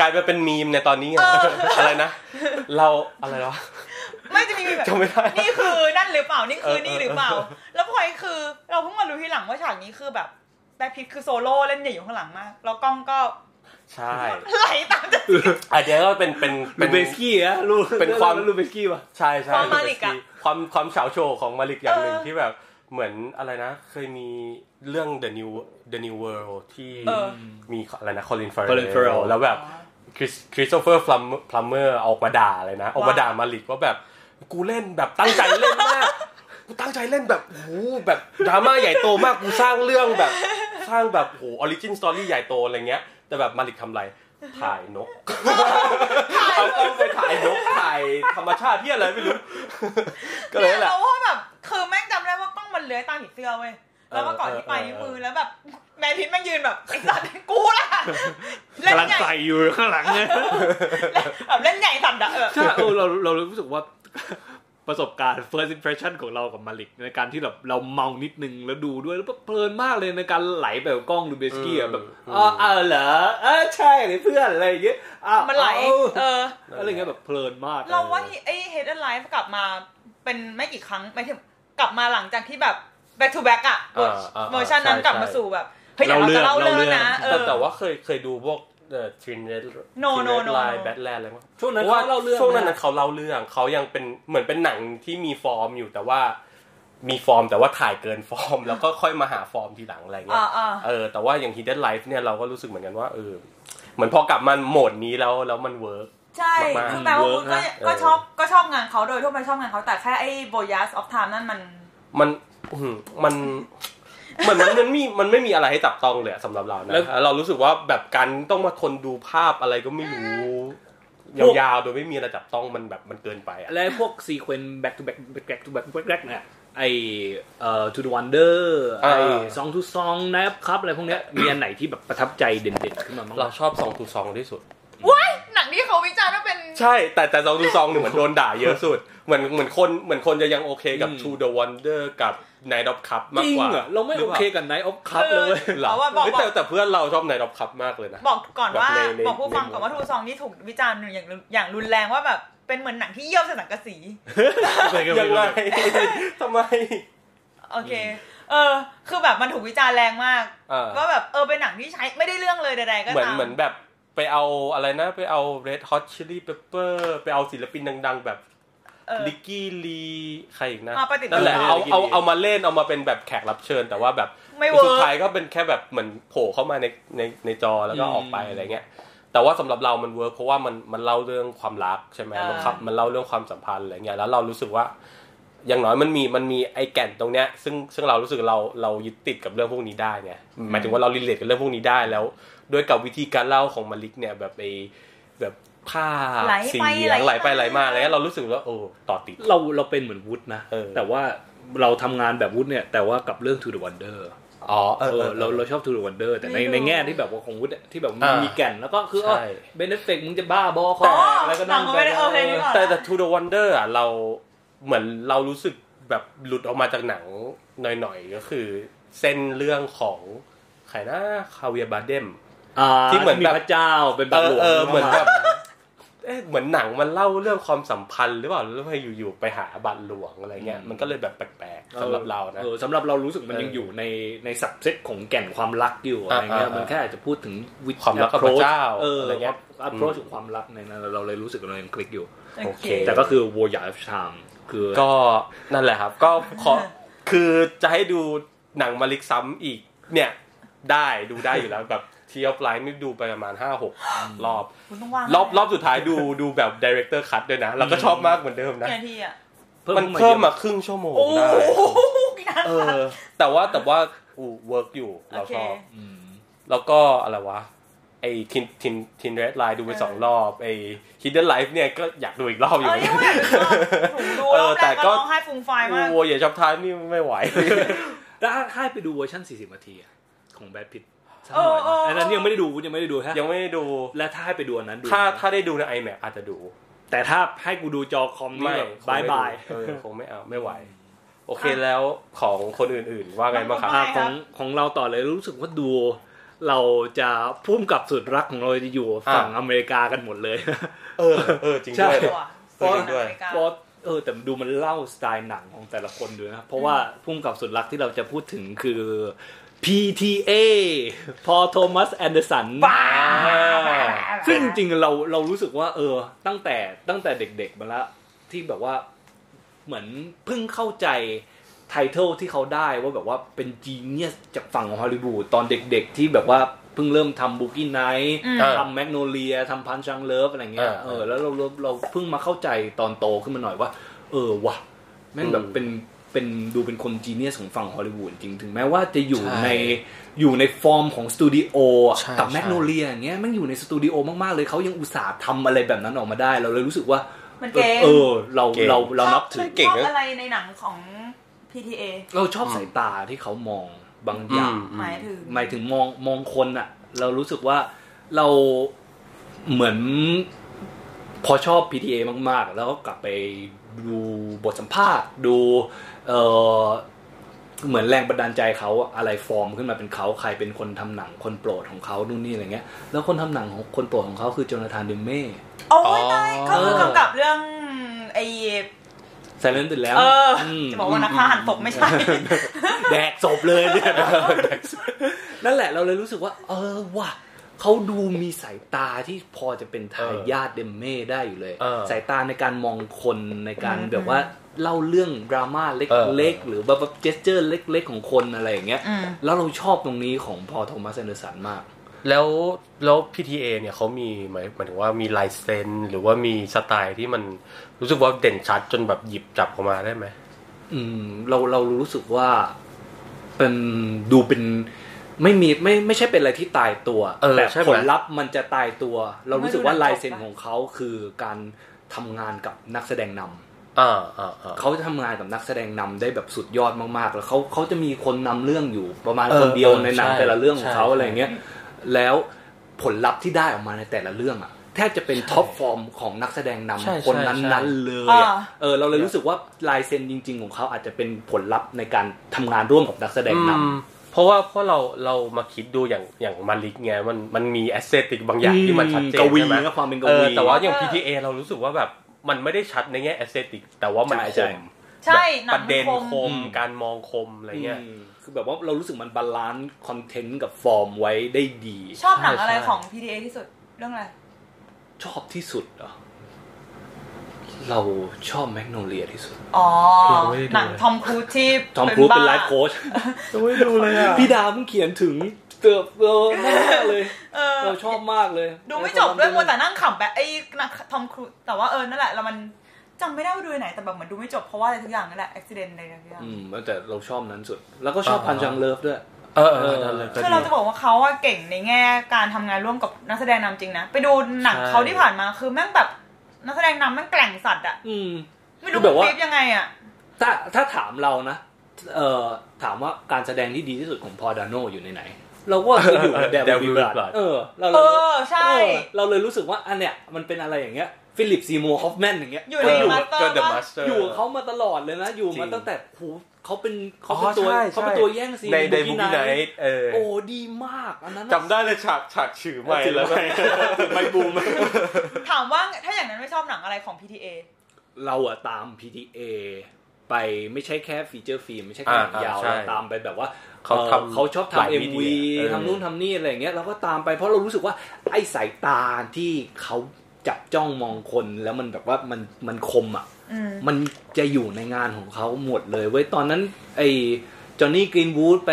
Speaker 3: กลายไปเป็นมีมในตอนนี้ไง
Speaker 1: เออ
Speaker 3: อะไรนะ เราอะไรวะ
Speaker 1: ไม่จะมีแบบ
Speaker 3: จำไม่ได้
Speaker 1: นี่คือนั่นหรือเปล่านี่คือ
Speaker 3: เออเออ
Speaker 1: นี่หรือเปล่า แล้วพอยคือเราเพิ่งมารู้ทีหลังว่าฉากนี้คือแบบแบล็คพิทคือโซโล่เล่นใหญ่อยู่ข้างหลังมากแล้วกล้องก็
Speaker 3: ใช่
Speaker 1: ไหลตามจะ
Speaker 3: อันเนี้ยก็เป็นเป็น
Speaker 2: ลู
Speaker 3: เป็น
Speaker 2: เบสกี้อะลู
Speaker 3: เป็นความ
Speaker 2: ลูเบสกี้ปะ
Speaker 3: ใช่ใช่
Speaker 1: ความมาลิกอะ
Speaker 3: ความความเฉาโชว์ของมาลิกอย่างหนึ่ง
Speaker 1: เออ
Speaker 3: ที่แบบ เหมือนอะไรนะ เคยมีเรื่อง The New The New World ที่
Speaker 1: เออ
Speaker 3: มีอะไรนะ Colin Farrell,
Speaker 2: Colin Farrell
Speaker 3: แล้วแบบคริสคริสโตเฟอร์ฟลัมเมอร์ออกมาด่าเลยนะ ออกมา
Speaker 1: ว่า
Speaker 3: ด่ามาลิกว่าแบบกูเล่นแบบตั้งใจเล่นมาก กูตั้งใจเล่นแบบโหแบบดราม่าใหญ่โตมากกูสร้างเรื่องแบบ สร้างแบบโหออริจินสตอรี่ใหญ่โตอะไรเงี้ย แต่แบบมาลิกทำอะไร ถ่ายนก เอากล้องไปถ่ายนกถ่ายธรรมชาติที่อะไรไม่รู้ ก็เลย
Speaker 1: เนี่ย
Speaker 3: นั่นแหละ
Speaker 1: เราว่าแบบคือแม่งจำได้ว่ากล้องมันเลื้อยตามผีเสื้อเว้ยแล้วมาก่อนที่ไปลายนิ้วมือแล้วแบบแมนพิษแม่งยืนแบบไอ้สัตว์กูละเล่น
Speaker 2: กำลัง
Speaker 1: ใหญ่
Speaker 2: ใส่อยู่ข้างหลังเนี่ย
Speaker 1: แบบเล่นใหญ่สัตว์อะเออ
Speaker 2: ใช่เออเราเรารู้สึกว่า ประสบการณ์ first impression ของเรากับมาลิก ในการที่แบบเราเมานิดนึงแล้วดูด้วยแล้วเพลินมากเลยในการไหลแบบกล้องดูเบสกี้อะแบบ
Speaker 3: อืม
Speaker 2: อ๋อเออเหรอเออใช่เลยเพื่อนอะไรอย่างเงี้ยอ้าว
Speaker 1: มันไหลเออ
Speaker 2: เอาอะไรเงี้ยแบบเพลินมาก
Speaker 1: เราว่าที่ไอ้ Head and Life กลับมาเป็นไม่กี่ครั้งไม่ถึงกลับมาหลังจากที่แบบ back to back อะ
Speaker 3: อ่าอ่า
Speaker 1: เวอร์ชันนั้น
Speaker 3: ใช่
Speaker 1: กลับมา
Speaker 3: ใช่
Speaker 1: สู่แบบเฮ้ยเดี๋ยวเราจะเล่าเรื่องนะเอ
Speaker 3: แต่
Speaker 1: อ
Speaker 3: แต่ว่าเคยเคยดูพวกเอ่อทรินเรด
Speaker 1: No, no, no,
Speaker 3: ไลน์
Speaker 1: no.
Speaker 3: แบทแลนอะไรมั้ง
Speaker 2: ช่วง
Speaker 3: เพ
Speaker 2: นั้น
Speaker 3: ราะว่า
Speaker 2: เขาเล่าเรื่อง
Speaker 3: ช่วงนั้นนะเขาเล่าเรื่องเขายังเป็นเหมือนเป็นหนังที่มีฟอร์มอยู่แต่ว่ามีฟอร์มแต่ว่าถ่ายเกินฟอร์ม แล้วก็ค่อยมาหาฟอร์มทีหลังอะไรเงี้ย
Speaker 1: อ่าอ่า
Speaker 3: เออแต่ว่าอย่าง Hidden Life เนี่ยเราก็รู้สึกเหมือนกันว่าเออเหมือนพอกลับมาโหมดนี้แล้วแล้วมันเวิร์ก
Speaker 1: ใช่
Speaker 3: มากๆ
Speaker 1: คือแปลว่าคุณก็
Speaker 3: เวิร์กนะ
Speaker 1: ก็ชอบก็ชอบงานเขาโดยทั่วไปชอบงานเขาแต่แค่ไอ้ Voyage of Time นั่นมัน
Speaker 3: มันอื้อหือมันเหมือนมันมันมีมันไม่มีอะไรให้จับต้องเลยอะสำหรับเรานะ
Speaker 2: แล้ว
Speaker 3: เรารู้สึกว่าแบบการต้องมาทนดูภาพอะไรก็ไม่รู้ยาวๆโดยไม่มีอะไรจับต้องมันแบบมันเกินไปอะ
Speaker 2: และพวกซีเควน back to back back to back back back เนี่ยไอเอ่อ to the wonder ไอ
Speaker 3: อ่า
Speaker 2: song to song นะครับครับอะไรพวกเนี้ยมีอันไหนที่แบบประทับใจเด่นๆขึ้นมาบ้าง
Speaker 3: เราชอบสองทูซองที่สุด
Speaker 1: ว้ายหนังที่เขาวิจารณ์ว่าเป็น
Speaker 3: ใช่แต่แต่สองทูซองเนี่ยเหมือนโดนด่าเยอะสุด เหมือนเหมือนคนเหมือนคนจะยังโอเคกับ To the Wonder กับ Night of Cup มาก
Speaker 2: จริง
Speaker 3: กว่า
Speaker 2: เหรอเราไม่
Speaker 3: ห
Speaker 2: โอ
Speaker 3: ป
Speaker 2: เคกับ night of cup
Speaker 1: เอ
Speaker 2: เล
Speaker 1: อ
Speaker 2: ยเว้ย
Speaker 3: หรอ
Speaker 1: เอาว่าบอก
Speaker 3: เฮ้ยแต่
Speaker 1: ว่า
Speaker 3: แต่เพื่อนเราชอบ Night of Cup มากเลยนะ
Speaker 1: บอกก่อนว่า
Speaker 3: แบบในใน
Speaker 1: บอกผู้ฟังก่อนว่า
Speaker 3: ในหมวด
Speaker 1: ทูซองนี่ถูกวิจารณ์อย่างรุนอย่างรุนแรงว่าแบบเป็นเหมือนหนังที่เยี่ยวใส่หนังกระสี
Speaker 3: ยังไง ทำไม
Speaker 1: โอเค เออ คือแบบมันถูกวิจารณ์แรงมาก
Speaker 3: เออ
Speaker 1: ว่าแบบเออเป็นหนังที่ใช้ไม่ได้เรื่องเลยใดๆก็
Speaker 3: เหมือน
Speaker 1: ตาม
Speaker 3: เหมือนแบบไปเอาอะไรนะ ไปเอา Red Hot Chili Pepper ไปเอาศิลปินดัง ๆ แบบ
Speaker 1: เออ
Speaker 3: ลิกกี้ลีใครอีกนะ
Speaker 1: อ่าปฏิบัติ
Speaker 3: นั่นแหละเอา
Speaker 2: Ricky Lee
Speaker 3: เอาเอามาเล่นเอามาเป็นแบบแขกรับเชิญ แต่ว่าแบบ
Speaker 1: ไม่ work
Speaker 3: สุดท้ายก็เป็นแค่แบบเหมือนโผล่เข้ามาในในในจอแล้วก็
Speaker 2: อืม
Speaker 3: ออกไปอะไรเงี้ย แต่ว่าสำหรับเรามันเวิร์กเพราะว่ามันมันเล่าเรื่องความรักใช่ไหม
Speaker 1: อ่ามั
Speaker 3: มันขับมันเล่าเรื่องความสัมพันธ์อะไรเงี้ยแล้วเรารู้สึกว่า อย่างน้อยมันมีมันมีไอแก่นตรงเนี้ยซึ่งซึ่งเรารู้สึกเราเรายึดติดกับเรื่องพวกนี้ได้ไงหมายถึงว่าเรารีเลทกับเรื่องพวกนี้ได้แล้วด้วยกับวิธีการเล่าของมาลิกเนี่ยแบบไอแบบผ้า
Speaker 1: ไหลไป
Speaker 3: สี
Speaker 1: ไหล
Speaker 3: ไหลไป
Speaker 1: มา
Speaker 3: ไหลมาอะไรเงี้ยเรารู้สึกว่าโอ้ต่อติด
Speaker 2: เราเราเป็นเหมือนวุฒนะ
Speaker 3: เออ
Speaker 2: แต่ว่าเราทำงานแบบวุฒเนี่ย แต่ว่ากับเรื่อง to the wonder
Speaker 3: อ๋อเอ
Speaker 2: เอ
Speaker 3: อเอ
Speaker 2: อ
Speaker 3: อ
Speaker 2: เราเราชอบ to the wonder แต่ใน
Speaker 1: ไม่รู้
Speaker 2: ในแง่ที่แบบว่าของวุฒอะที่แบบมัน
Speaker 3: อ่ามี
Speaker 2: มีแก่นแล้วก็คือ
Speaker 3: ใช่
Speaker 2: เบนเฟกมึงจะบ้าบอคอ
Speaker 1: อ๋อ
Speaker 2: แตกอะไรก็
Speaker 1: หนั
Speaker 2: นั่
Speaker 1: ง
Speaker 2: ง
Speaker 1: ก็ไม่ได้เออเพลงนี้ก่อน
Speaker 3: แต่แต่ To the Wonder อ่ะเราเหมือนเรารู้สึกแบบหลุดออกมาจากหนังหน่อยๆ ก็คือเส้นเรื่องของใครนะคาเวียบาเดม
Speaker 2: อ่า
Speaker 3: ที่
Speaker 2: ที่
Speaker 3: เห
Speaker 2: เห
Speaker 3: มื
Speaker 2: มื
Speaker 3: อ
Speaker 2: อน น
Speaker 3: แบบ
Speaker 2: พระเจ้าเป็นแบบหล
Speaker 3: เออ
Speaker 2: วง
Speaker 3: เออเหมือนแบบ
Speaker 2: า
Speaker 3: เอ๊ะเหมือนหนังมันเล่าเรื่องความสัมพันธ์หรือเปล่าแล้วให้อยู่ๆไปหาบัตรหลวงอะไรเงี้ย
Speaker 2: อืม
Speaker 3: มันก็เลยแบบแปลกๆสำหรับเรานะ
Speaker 2: ออสำหรับเรารู้สึกมันยัง
Speaker 3: เออ
Speaker 2: อ
Speaker 3: อยู่
Speaker 2: ในในสับเซตของแก่นความรักอยู่อะไรเงี้ย
Speaker 3: อ่าอ่า
Speaker 2: มันแค่อาจจะพูดถึงวิธี
Speaker 3: ความรักกับ
Speaker 2: approach
Speaker 3: พระเจ้า
Speaker 2: เออ
Speaker 3: อะ
Speaker 2: อะไร ไรเงี้
Speaker 3: เงี้ย
Speaker 2: ย
Speaker 3: อื
Speaker 2: approach
Speaker 3: ม
Speaker 2: ของความรักในนั้นเราเลยรู้สึกเรายังคลิกอยู่
Speaker 1: โอเค
Speaker 3: โอเค
Speaker 2: แต่ก็คือ voyage of time คือ
Speaker 3: ก็นั่นแหละครับ ก็ขอคือจะให้ดูหนังมาลิกซ้ำอีกเนี่ยได้ดูได้อยู่แล้วแบบเทียบไลน์นี่ดูไปประมาณห้าหกรอบ
Speaker 1: คุณต้องว่าง
Speaker 3: รอบรอบสุดท้ายดูดูแบบดีเรคเตอร์คัด้วยนะ แล้วก็ชอบมากเหมือนเดิมนะ
Speaker 1: กี่นาทีอ่ะ
Speaker 3: มันเพิ่มมาครึ่งชั่วโมง
Speaker 1: โอ้
Speaker 3: ได้
Speaker 1: โหนาน
Speaker 3: เอ
Speaker 1: มาก
Speaker 3: อ แต่ว่าแต่ว่าอู้เวิร์กอยู่
Speaker 1: โอ
Speaker 3: เรา
Speaker 1: เค
Speaker 3: ชอบ
Speaker 2: อืม
Speaker 3: แล้วก็อะไรวะ ไอ้ทินทินทินเรดไลน์ดูไป
Speaker 1: เออ
Speaker 3: สองรอบ ไอ้ Hidden Life เนี่ยก็อยากดูอีกรอบอ
Speaker 1: เอยู่ อนี่ว่าผมดูรอบ
Speaker 3: เออแต่
Speaker 1: แรก
Speaker 3: ก็
Speaker 1: ก็ร้องไห้ฟูมไฟายมาก
Speaker 3: โอ้ยอย่าชอบท้ายนี่ไม่ไหว
Speaker 2: แล้วถ้าให้ไปดูเวอร์ชัน40นาทีอะของแบทพิตสักห
Speaker 1: เอ
Speaker 2: น่
Speaker 1: อ
Speaker 2: อย
Speaker 1: เออ
Speaker 2: อันนั้นยังไม่ได้ดูยังไม่ได้ดูฮะ
Speaker 3: ยังไม่ได้ดู
Speaker 2: และถ้าให้ไปดูอันนั้นดู
Speaker 3: ถ้าถ้าได้ดูใน iMac อาจจะดู
Speaker 2: แต่ถ้าให้กูดูจอคอมนี่
Speaker 3: ไม่
Speaker 2: บายบาย
Speaker 3: คงไม่ดูเออคงไม่เอาไม่ไหว โอเคแล้วของคนอื่นๆ ว่าไงบ้างครับ
Speaker 2: อ่ะ
Speaker 1: ไม่
Speaker 2: ข
Speaker 1: ครั
Speaker 2: อบ งของเราต่อเลยรู้สึกว่าดู เราจะพุ่มกับสุดรักของเราจะอยู่ฝั่ง
Speaker 3: อ่ะ
Speaker 2: อเมริกากันหมดเลย
Speaker 3: เออเออจริงด้วย
Speaker 2: ใช่
Speaker 1: ว่ะ
Speaker 3: เออจริงด้วย
Speaker 1: สนามนาฬิกา
Speaker 2: เพราะเออแต่ดูมันเล่าสไตล์หนังของแต่ละคนดูนะ เพราะว่าพุ่มกับสุดรักที่เราจะพูดถึงคือ PTA พอโทมัสแอนเดอร์สัน
Speaker 1: บ้า
Speaker 2: ซึ่งจริงๆเราเรารู้สึกว่า เออ ตั้งแต่ตั้งแต่เด็กๆมาละที่แบบว่าเหมือนเพิ่งเข้าใจ ไทเทลที่เขาได้ว่าแบบว่าเป็นจีเนียสจากฝั่งของฮอลลีวูดตอนเด็กๆ ที่แบบว่าเพิ่งเริ่มทำบุกี้ไนท์
Speaker 1: อืม
Speaker 3: เออ
Speaker 2: ทำแมกโนเลียทำพันชังเลิฟอะไรเงี้ย
Speaker 3: เออ
Speaker 2: เออแล้วเราเราเราเพิ่งมาเข้าใจตอนโตขึ้นมาหน่อยว่า เออว่ะแม่งแบบ
Speaker 3: อืม
Speaker 2: เป็นเป็นดูเป็นคนจีเนียสของฝั่งฮอลลีวูดจริงถึงแม้ว่าจะอยู่
Speaker 3: ใช่
Speaker 2: ในอยู่ในฟอร์มของสตูดิโออะ
Speaker 3: ใช่
Speaker 2: กับ
Speaker 3: ใช่
Speaker 2: แมกโนเลียอย่างเงี้ยแม่งอยู่ในสตูดิโอมากๆเลยเขายังอุตส่าห์ทำอะไรแบบนั้นออกมาได้ เราเลยรู้สึกว่า
Speaker 1: มันเก่ง
Speaker 2: เออเรา
Speaker 3: เก่ง
Speaker 2: เราเรานับถื
Speaker 1: ช
Speaker 2: อ
Speaker 1: อ
Speaker 3: เก่ง
Speaker 1: ช
Speaker 3: นะ
Speaker 1: อบอะไรในหนังของ PTA
Speaker 2: เราชอบสายตาที่เขามองบางอย่าง
Speaker 1: หมายถึง
Speaker 2: หมายถึงมองมองคนอะเรารู้สึกว่าเราเหมือนพอชอบ PTA มาก ๆ แล้วก็กลับไปดูบทสัมภาษณ์ ดูเออเหมือนแรงบันดาลใจเขาอะไรฟอร์มขึ้นมาเป็นเขาใครเป็นคนทำหนังคนโปรดของเขานู่นนี่อะไรเงี้ย แล้วคนทำหนังของคนโปรดของเขาคือโจนาธานเดมเม่
Speaker 1: โอ้ยตาย
Speaker 3: อ๋อ
Speaker 1: ก็คือกำกับเรื่องไอ
Speaker 2: ไซเลนต์ติดแล้ว
Speaker 1: เออ
Speaker 2: ม
Speaker 1: จะบอกว่านักฆ่าหันศพไม่ใช่
Speaker 2: แดกศพเลยเนี่ย นะนั่นแหละเราเลยรู้สึกว่า เออว่ะเขาดูมีสายตาที่พอจะเป็นทายาทเดมเม่ได้อยู่เลย
Speaker 3: เออ
Speaker 2: สายตาในการมองคนในการ
Speaker 1: อืม
Speaker 2: แบบว่าเล่าเรื่องดราม่าเ
Speaker 3: เออเอ
Speaker 2: ล็ก
Speaker 3: อ
Speaker 2: ๆ หรือแบบเจสเจอร์เล็ก ๆ ของคนอะไรอย่างเงี้ย
Speaker 1: อืม
Speaker 2: แล้วเราชอบตรงนี้ของพอโทมัสแอนเดอร์สันมาก
Speaker 3: แล้วแล้ว PTA เนี่ยเขามีหมายหมายถึงว่ามีลายเซ็นหรือว่ามีสไตล์ที่มันรู้สึกว่าเด่นชัดจนแบบหยิบจับออกมาได้ไหม
Speaker 2: อืมเราเรารู้สึกว่าเป็นดูเป็นไม่มีไม่ไม่ใช่เป็นอะไรที่ตายตัว
Speaker 3: เออ
Speaker 2: แต่
Speaker 3: ใช่ไหม
Speaker 2: ผลลัพธ์มันจะตายตัว เรารู้สึกว่า
Speaker 1: ไม่รู้นะ
Speaker 2: ลายเซ็นของเขาคือการทำงานกับนักแสดงนำ
Speaker 3: อ่าอ่าอ่า
Speaker 2: เขาจะทำงานกับนักแสดงนำได้แบบสุดยอดมากๆ แล้วเขาเขาจะมีคนนำเรื่องอยู่ประมาณ
Speaker 3: เออ
Speaker 2: คนเดียว
Speaker 3: เออ
Speaker 2: ในหนัง
Speaker 3: ใช่
Speaker 2: แต่ละเรื่องของเขา
Speaker 3: ใช่
Speaker 2: อะไรเงี้ยแล้วผลลัพธ์ที่ได้ออกมาในแต่ละเรื่องอะแทบจะเป็นท็อปฟอร์มของนักแสดงนำ
Speaker 3: ใช่ใช่
Speaker 2: คน
Speaker 3: ใช่
Speaker 2: นั้นๆเลย
Speaker 1: อ่า
Speaker 2: อะ เออเราเลยรู้สึกว่าลายเซ็นจริง ๆ ของเขาอาจจะเป็นผลลัพธ์ในการทำงานร่วมกับนักแสดงน
Speaker 3: อืมเพราะว่าเพราะเราเรามาคิดดูอย่างอย่างมาลิกไงมันมันมีแอสเซติกบางอย่างที่มันชัดเจน
Speaker 2: กวี
Speaker 3: ใช่ไหม
Speaker 2: นะความเป็นกวี
Speaker 3: ออแต่ว่าอย่าง
Speaker 1: เออ
Speaker 3: PTA เรารู้สึกว่าแบบมันไม่ได้ชัดในแง่แอสเซติกแต่ว่ามัน
Speaker 2: ใช่
Speaker 3: ค
Speaker 2: ใช่
Speaker 3: ม
Speaker 1: ใช่
Speaker 3: แบบประเด็น
Speaker 1: หนังมันคม
Speaker 3: คมการมองคมอะไร
Speaker 2: ำอื
Speaker 3: เงี้ย
Speaker 2: มคือแบบว่าเรารู้สึกมันบาลานซ์คอนเทนต์กับฟอร์มไว้ได้ดี
Speaker 1: ชอบหนังอะไร
Speaker 3: ใช่
Speaker 1: ของ PTA ที่สุดเรื่องอะไร
Speaker 2: ชอบที่สุดเหรอเราชอบแมกโนเลียที่สุด
Speaker 1: อ๋อ
Speaker 3: เราไม่ได้ดูเลย
Speaker 1: หนังทอมครูซที่
Speaker 2: ทอมครูซเป็น
Speaker 1: บ้า
Speaker 2: ไลฟ์โค้ช
Speaker 3: ไม่ดูเลยอ่ะ
Speaker 2: พี่ดามึงเขียนถึงเติบโตมากเลย
Speaker 1: เออ
Speaker 2: เราชอบมากเลย
Speaker 1: ดูไม่จบด้วยมัวแต่นั่งขำแบบไอ้หนังทอมครูซแต่ว่าเออนั่นแหละแล้วมันจำไม่ได้ว่าดูไหนแต่แบบเหมือนดูไม่จบเพราะว่าอะไรทุกอย่างนั่นแหละอุบิเหตุอะไรทุกอย่าง
Speaker 2: อืมแต่เราชอบนั้นสุด แล้วก็ชอบพันจังเลิฟด้วย
Speaker 3: เออเออนั่นเลยก็
Speaker 1: คือ
Speaker 3: ดี
Speaker 1: เราจะบอกว่าเขาอะเก่งในแง่การทำงานร่วมกับนักแสดงนำจริงนะไปดูหนัง
Speaker 3: ใช่
Speaker 1: เขาที่ผ่านมาคือแม่งแบบนักแสดงนำแม่งแกล่งสัตว์อะ
Speaker 2: อืม
Speaker 1: ไม่รู้
Speaker 2: คือแบบว่า
Speaker 1: เปรียบยังไงอะ
Speaker 2: ถ้าถ้าถามเรานะ เอ่อถามว่าการแสดงที่ดีที่สุดของพอดาโนอยู่ในไหน เราก็คืออยู่ใน
Speaker 3: Devil
Speaker 2: เดวิล
Speaker 3: Blood
Speaker 2: บลัดเออ เราล
Speaker 1: เอย อใช่
Speaker 2: เออเราเลยรู้สึกว่าอันเนี้ยมันเป็นอะไรอย่างเงี้ยฟิลิปซีมัวฮอฟแมนอย่างเงี้ย
Speaker 1: อยู่
Speaker 3: เอ
Speaker 1: ใน
Speaker 2: ก็อ
Speaker 1: Master
Speaker 2: ยู่
Speaker 3: อก็ The
Speaker 1: ว่า
Speaker 3: Master
Speaker 2: อยู่กับเขามาตลอดเลยนะ อยู่มา
Speaker 3: จริง
Speaker 2: ตั้งแต่หูเขาเป็นเขาเป็นตัว
Speaker 3: อ๋อใช่
Speaker 2: เขาเป็น
Speaker 3: ใช่
Speaker 2: ตัวแย่งซีน
Speaker 3: ในในบุ
Speaker 2: Boogie
Speaker 3: กี้ไน
Speaker 2: Nights
Speaker 3: ท์เออ
Speaker 2: โอ้ดีมากอันนั้นน่ะ
Speaker 3: จำได้เลยฉากฉากชื่อใหม่
Speaker 2: ถือ
Speaker 3: แล้ว
Speaker 2: ไม้
Speaker 3: ไม่บูม
Speaker 1: ถามว่าถ้าอย่างนั้นไม่ชอบหนังอะไรของ PTA
Speaker 2: เราอะตาม PTA ไปไม่ใช่แค่ฟีเจอร์ฟิล์มไม่ใช่แค่หนั
Speaker 3: อ่าอ่าย
Speaker 2: งาว
Speaker 3: ใช่
Speaker 2: เราตามไปแบบว่า
Speaker 3: เขา
Speaker 2: เอ่อ
Speaker 3: ทำ
Speaker 2: เขาชอบ
Speaker 3: หลาย
Speaker 2: ทำเอ็ม
Speaker 3: media
Speaker 2: วี
Speaker 3: เออ
Speaker 2: ทำนู่นทำนี่อะไรอย่างเงี้ยเราก็ตามไปเพราะเรารู้สึกว่าไอ้สายตาที่เขาจับจ้องมองคนแล้วมันแบบว่ามันมันคมอะ
Speaker 1: อืม
Speaker 2: มันจะอยู่ในงานของเขาหมดเลยเว้ยตอนนั้นไอ้จอห์นนี่กรีนวูดไป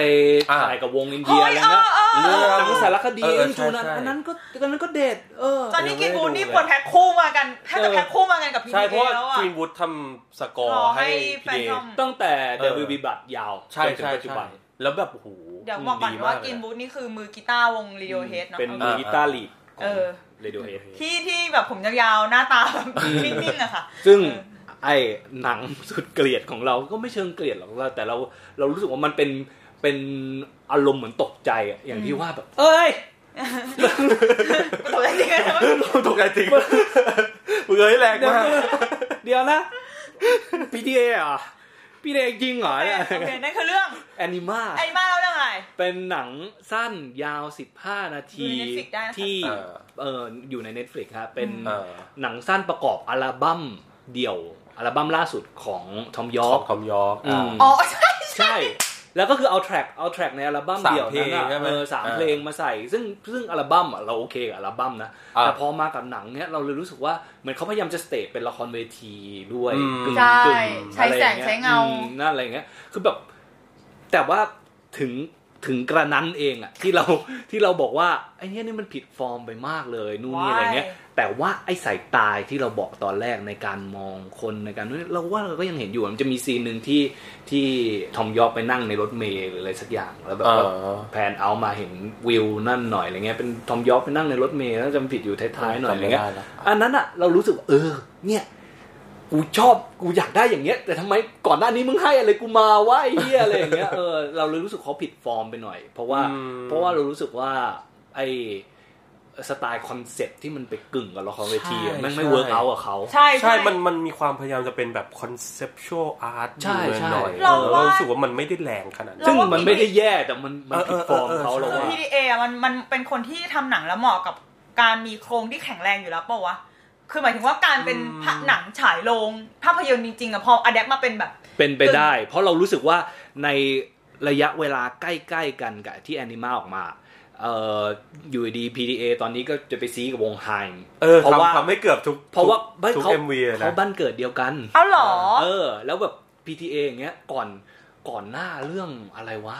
Speaker 3: อ่า
Speaker 2: ถ่ายกับวงอินเดีย
Speaker 1: เฮ้ย
Speaker 2: อะไรเงี้ย
Speaker 1: เออเออ
Speaker 2: เรื่องหนังสารคดี
Speaker 3: เออ
Speaker 2: เอ็นจู
Speaker 3: ใช่
Speaker 2: นั้น
Speaker 3: ใช่
Speaker 2: อันนั้นก็อันนั้นก็เด็ดเออ
Speaker 1: ตอนนี้กินบูนนี่
Speaker 3: เออ
Speaker 1: ควรแพ็คคู่มากันแทบจะ
Speaker 2: เออ
Speaker 1: แพ็คคู่มากันกับ
Speaker 3: ใช่
Speaker 1: PTA
Speaker 3: เพราะว่า
Speaker 1: แล้วอะ
Speaker 3: กรีนวูดทำสกอ
Speaker 1: รอ
Speaker 3: ร์ให้
Speaker 1: ให้แฟ
Speaker 3: พี
Speaker 1: น
Speaker 3: เอ
Speaker 1: ทอม
Speaker 2: ตั้งแต่
Speaker 3: เอ
Speaker 2: เด
Speaker 3: อ
Speaker 2: วิลบีบัตยาว
Speaker 3: ใช่
Speaker 2: จนถึง
Speaker 3: ใช่
Speaker 2: ปัจจุ
Speaker 3: ใช่
Speaker 2: บัน
Speaker 3: แล้วแบบโอ้โห
Speaker 1: เดี๋ยวบอกก่อน
Speaker 3: ดี
Speaker 1: ว่า
Speaker 3: เล
Speaker 1: ก
Speaker 3: ย
Speaker 1: รีนบูธนี่คือมือกีตาร์วง Radiohead เนอะ
Speaker 2: เป็น
Speaker 1: เอา
Speaker 2: มือ
Speaker 1: จริง
Speaker 2: กีตาร์ลีดข
Speaker 1: เอ
Speaker 2: อง
Speaker 1: อ
Speaker 2: เรดิโอเฮด
Speaker 1: ที่ที่แบบผมยาวๆ หน้าตาแบบนิ่งๆอะค่ะ
Speaker 2: ซึ่ง
Speaker 1: เออ
Speaker 2: ไอ้หนังสุดเกลียดของเราก็ไม่เชิงเกลียดหรอกเราแต่เราเรารู้สึกว่ามันเป็นเป็นอารมณ์เหมือนตกใจอะอย่างที่ว่าแบบ เอ้ย
Speaker 1: ก็ตัวจริงๆนะ
Speaker 3: ตกใจจริง มึงเอ้ยแรง
Speaker 2: เดี๋ยว
Speaker 3: มาก
Speaker 2: นะเดี๋ยวนะ PTA อ่ะ PTA จริงเหรอ
Speaker 1: โอ
Speaker 2: เนี่ย
Speaker 1: เคนั่นคือเรื่อง
Speaker 2: แอนิมา
Speaker 1: ไอ้มาเล่าเรื่องอะไร
Speaker 2: เป็นหนังสั้นยาว 15 นา
Speaker 1: อ
Speaker 2: ที
Speaker 1: ยู่ใน Netflix ได้นะคะ
Speaker 2: ที่เอออยู่ใน Netflix ครับเป็น
Speaker 3: เออ
Speaker 2: หนังสั้นประกอบอัลบั้มเดี่ยว อัลบั้มล่าสุดของทอมยอ
Speaker 3: ขอ
Speaker 2: ร์
Speaker 3: ง
Speaker 2: ก
Speaker 3: คอมยอร์ก
Speaker 2: อืม
Speaker 1: อ๋อใช่
Speaker 2: ใช่ แล้วก็คือเอาแทร็กเอาแทร็กในอัลบั้ม
Speaker 3: สาม
Speaker 2: เดี่ยวนั้นอะ
Speaker 3: เพลงใช่ไหม
Speaker 2: เออสาม
Speaker 3: อ่า
Speaker 2: เพลงมาใส่ ซึ่งซึ่งอัลบั้มอะเราโอเคกับอัลบั้มนะ
Speaker 3: อ่า
Speaker 2: แต่พอมากับหนังเนี้ยเราเลยรู้สึกว่าเหมือนเขาพยายามจะสเตจเป็นละครเวทีด้วย
Speaker 3: อืม
Speaker 2: กึ่ง
Speaker 1: ใช่
Speaker 2: กึ่ง
Speaker 1: ใช้แสงใช้เงา
Speaker 2: อืมนั่นอะไรอย่างเงี้ย คือแบบ แต่ว่าถึงถึงกระนั้นเองอะที่เราที่เราบอกว่าไอ้เนี้ยนี่มันผิดฟอร์มไปมากเลยนู่นนี่อะไรเงี้ย แต่ว่าไอ้สายตายที่เราบอกตอนแรกในการมองคนในการเราว่าเราก็ยังเห็นอยู่มันจะมีซีนหนึ่งที่ที่ทอมยอร์กไปนั่งในรถเมล์หรืออะไรสักอย่างแล้วแบบว่า
Speaker 3: อ๋อ
Speaker 2: แพนเอามาเห็นวิวนั่นหน่อยอะไรเงี้ยเป็นทอมยอร์กไปนั่งในรถเมล์แล้วจำผิดอยู่ท้ายๆหน่อยอะไรเงี้ย
Speaker 3: จำม่ด้แล้ว
Speaker 2: อันนั้นอะเรารู้สึกว่าเออ เนี่ยกูชอบกูอยากได้อย่างเงี้ย แต่ทำไมก่อนหน้านี้มึงให้อะไรกูมาวะไอ้เหี้ยอะไรอย่างเงี้ยเออเราเลยรู้สึกเขาผิดฟอร์มไปหน่อย เพราะว่า
Speaker 3: อืม
Speaker 2: เพราะว่าเรารู้สึกว่าไอสไตล์คอนเซ็ปต์ที่มันไปกึ่งกับละครเวทีอะ
Speaker 3: ใช่
Speaker 2: แมันไม่
Speaker 3: ใช่
Speaker 2: เวิร์กเอากับเขา
Speaker 1: ใช่
Speaker 3: ใช่
Speaker 1: ใช่
Speaker 3: มัน มันมีความพยายามจะเป็นแบบ conceptual art
Speaker 2: ใช่
Speaker 3: อยู่
Speaker 2: ใช่
Speaker 3: หน่อยๆ
Speaker 1: เรา
Speaker 3: เออ
Speaker 1: ว่า
Speaker 3: เรารู้สึกว่ามันไม่ได้แรงขนาดนั้น
Speaker 2: ซึ่งมันไม่ได้แย่แต่มันมัน
Speaker 3: เออ
Speaker 2: ผิด
Speaker 3: เอ
Speaker 2: ฟ
Speaker 3: อ
Speaker 2: อร์ม
Speaker 3: เออ
Speaker 2: เขา
Speaker 3: ใช่
Speaker 2: เรา
Speaker 1: คือ
Speaker 2: ว่า
Speaker 1: PDA อะมันมันเป็นคนที่ทำหนังแล้วเหมาะกับการมีโครงที่แข็งแรงอยู่แล้วเปล่าวะ คือหมายถึงว่าการเป็น
Speaker 3: อืม
Speaker 1: พระหนังฉายโรงภาพยนตร์จริงๆอะพออะแดปมาเป็นแบบ
Speaker 2: เป็นไปได้ เพราะเรารู้สึกว่าในระยะเวลาใกล้ๆกันกับที่แอนิมาออกมาเอ่ออยู่ดี PDA ตอนนี้ก็จะไปซีกับวงไฮม์
Speaker 3: เออ
Speaker 2: เพราะว่า
Speaker 3: ทำทำให้เกือบทุก
Speaker 2: เพราะว่า
Speaker 3: ทุ
Speaker 2: บ้าน
Speaker 3: กทุก
Speaker 2: เขา
Speaker 3: MV อะนะ
Speaker 2: เขาบ้านเกิดเดียวกัน
Speaker 1: เอาเหรอ
Speaker 2: เออ แล้วแบบ PTA อย่างเงี้ยก่อนก่อนหน้าเรื่องอะไรวะ